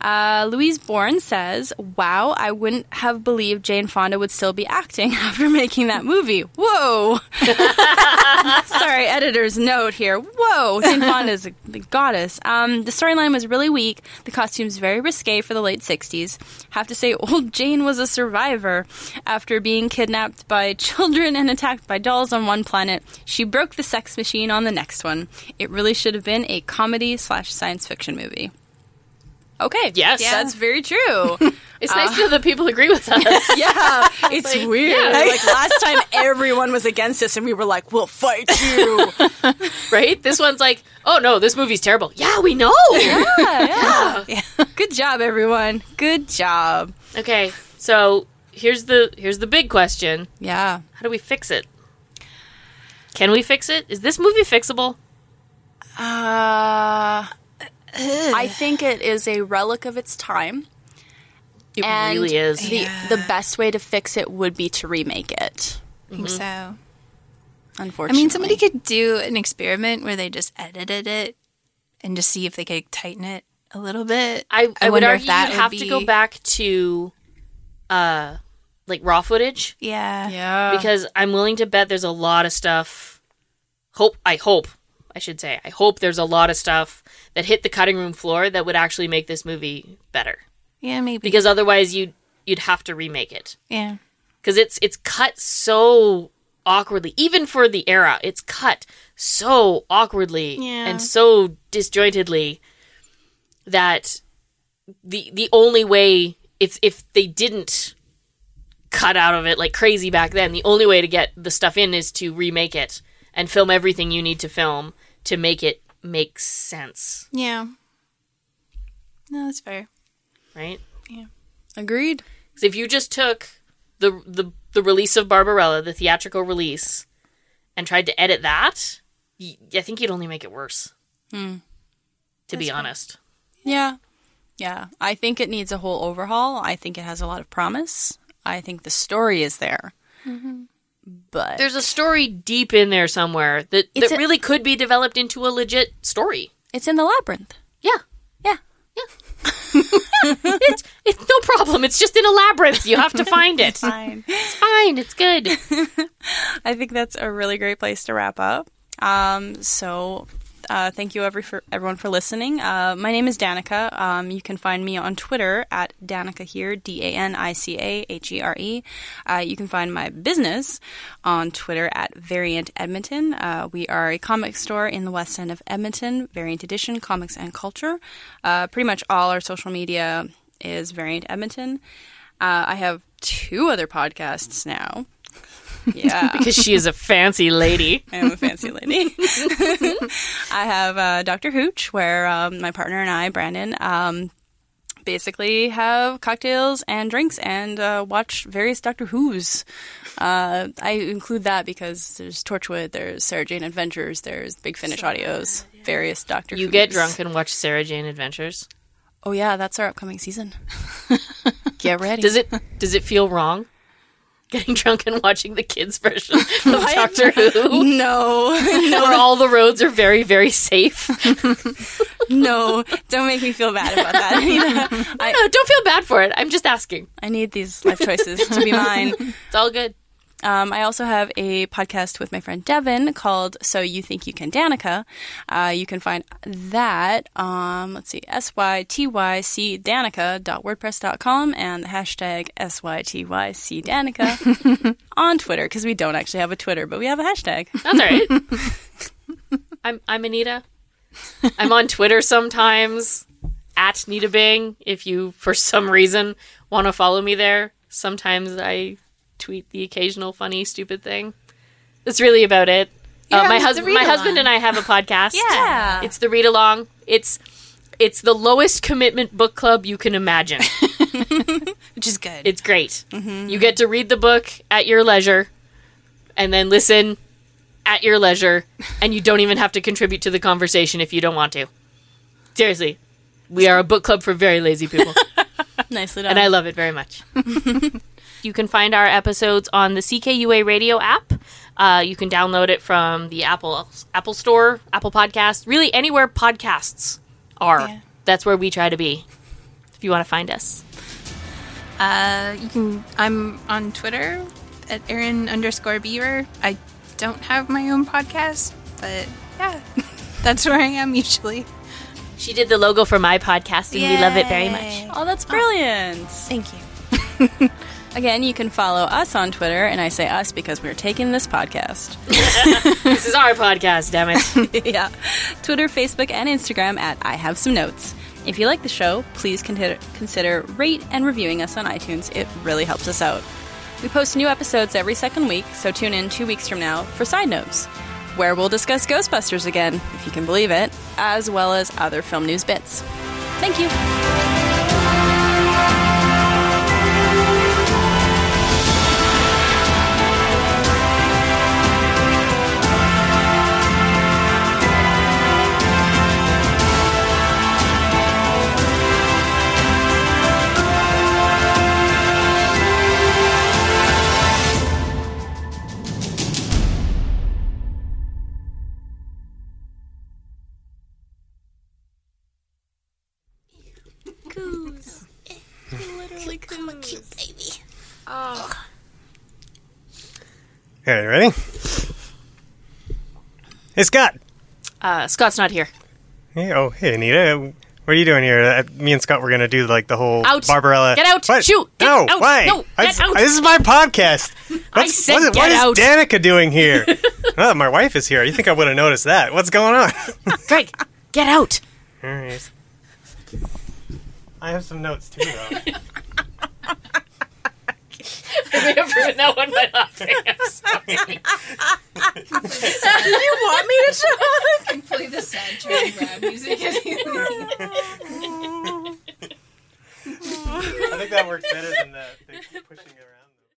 C: Uh, Louise Bourne says, Wow, I wouldn't have believed Jane Fonda would still be acting after making that movie. Whoa! Sorry, editor's note here. Whoa! Jane Fonda is a goddess. Um, the storyline was really weak. The costume's very risque for the late 60s. Have to say, old Jane was a survivor. After being kidnapped by children and attacked by dolls on one planet, she broke the sex machine on the next one. It really should have been a comedy slash science fiction movie. Okay.
D: Yes. uh,
C: Yeah. That's very true.
D: It's nice to know that people agree with us.
C: yeah. It's weird. Like last time everyone was against us and we were like, we'll fight you.
D: Right? This one's like, oh no, this movie's terrible. Yeah, we know.
C: yeah. Good job, everyone. Good job.
D: okay. So here's the here's the big question.
C: Yeah.
D: How do we fix it? Can we fix it? Is this movie fixable?
C: Uh, I think it is a relic of its time.
D: It
C: And
D: really is.
C: The, the best way to fix it would be to remake it,
E: I
D: mm-hmm.
E: think so. I
C: unfortunately.
E: mean, somebody could do an experiment where they just edited it and just see if they could tighten it a little bit.
D: I, I, would
E: wonder
D: argue you'd have to
E: be-
D: go back to uh like raw footage.
E: Yeah.
C: Yeah.
D: because I'm willing to bet there's a lot of stuff. Hope I hope I should say I hope there's a lot of stuff that hit the cutting room floor that would actually make this movie better
E: Yeah, maybe.
D: because otherwise you'd you'd have to remake it
E: yeah.
D: because it's it's cut so awkwardly even for the era it's cut so awkwardly
E: Yeah.
D: and so disjointedly that the the only way if if they didn't cut out of it like crazy back then the only way to get the stuff in is to remake it and film everything you need to film to make it make sense
E: Yeah. No, that's fair.
D: right
C: Agreed.
D: Because if you just took the the the release of Barbarella, the theatrical release, and tried to edit that, y- I think you'd only make it worse.
C: Hmm.
D: To be honest,
C: Yeah. Yeah. I think it needs a whole overhaul. I think it has a lot of promise. I think the story is there.
D: Mm-hmm.
C: But
D: there's a story deep in there somewhere that
C: It's
D: that
C: a-
D: really could be developed into a legit story.
C: it's in the labyrinth.
D: Yeah,
C: Yeah.
D: it's it's no problem. It's just in a labyrinth. You have to find it.
C: Fine.
D: It's fine. It's good.
C: I think that's a really great place to wrap up. Um, so, uh, thank you every for, everyone for listening. Uh, my name is Danica. Um, you can find me on Twitter at Danica here, D A N I C A H E R E. Uh, You can find my business on Twitter at Variant Edmonton. Uh, we are a comic store in the west end of Edmonton, Variant Edition Comics and Culture. Uh, pretty much all our social media is Variant Edmonton. Uh, I have two other podcasts now. Yeah.
D: Because she is a fancy lady.
C: I am a fancy lady. I have uh, Dr. Hooch, where um, my partner and I, Brandon, um, basically have cocktails and drinks and uh, watch various Doctor Who's. Uh, I include that because there's Torchwood, there's Sarah Jane Adventures, there's Big Finish Audios, various Doctor
D: You
C: Who's.
D: get drunk and watch Sarah Jane Adventures.
C: Oh, yeah, that's our upcoming season. get ready.
D: Does it does it feel wrong? Getting drunk and watching the kids version of Doctor Who,
C: No,
D: where all the roads are very, very safe.
C: no, don't make me feel bad about that. Anita. I,
D: No, don't feel bad for it. I'm just asking.
C: I need these life choices to be mine.
D: It's all good.
C: Um, I also have a podcast with my friend Devin called So You Think You Can Danica. Uh, you can find that, um, let's see, S-Y-T-Y-C Danica.wordpress.com and the hashtag S-Y-T-Y-C Danica on Twitter because we don't actually have a Twitter, but we have a hashtag.
D: That's all right. I'm I'm Anita. I'm on Twitter sometimes at Nita Bing. If you for some reason want to follow me there, sometimes I tweet the occasional funny stupid thing. That's really about it. Uh, my husband, my husband and I have a podcast.
C: Yeah.
D: it's the read along. It's it's the lowest commitment book club you can imagine.
E: which is good.
D: It's great. You get to read the book at your leisure and then listen at your leisure, and you don't even have to contribute to the conversation if you don't want to. Seriously, we are a book club for very lazy people,
C: Nicely done.
D: and I love it very much. you can find our episodes on the CKUA radio app. Uh, you can download it from the Apple Apple Store, Apple Podcast, really anywhere podcasts are.
E: Yeah.
D: That's where we try to be. If you want to find us.
E: Uh, you can. I'm on Twitter at Aaron underscore Beaver. I don't have my own podcast, but yeah, that's where I am usually.
D: She did the logo for my podcast, and we love it very much.
C: Oh, that's brilliant.
E: Thank you.
C: Again, you can follow us on Twitter, and I say us because we're taking this podcast.
D: This is our podcast, damn it.
C: yeah. Twitter, Facebook, and Instagram at I Have Some Notes. If you like the show, please consider, consider rate and reviewing us on iTunes. It really helps us out. We post new episodes every second week, so tune in two weeks from now for Side Notes, where we'll discuss Ghostbusters again, if you can believe it, as well as other film news bits. Thank you.
A: All right, ready? Hey, Scott.
D: Uh, Scott's not here.
A: Hey, oh, hey, Anita. What are you doing here? Uh, me and Scott were gonna do like the whole
D: Out.
A: Barbarella.
D: Get out.
A: What?
D: Shoot. Get
A: no.
D: out.
A: Why?
D: No,
A: I-
D: get out.
A: I- this is my podcast.
D: I
A: What's-
D: said
A: what is-
D: get out.
A: What is Danica doing here? oh, my wife is here. You think I would have noticed that? What's going on?
D: Greg, get out.
A: All right. I have some notes too, though.
D: I may have ruined that one by laughing. I'm sorry.
I: Play the sad Charlie Brown music.
A: I think that works better than the, the pushing around.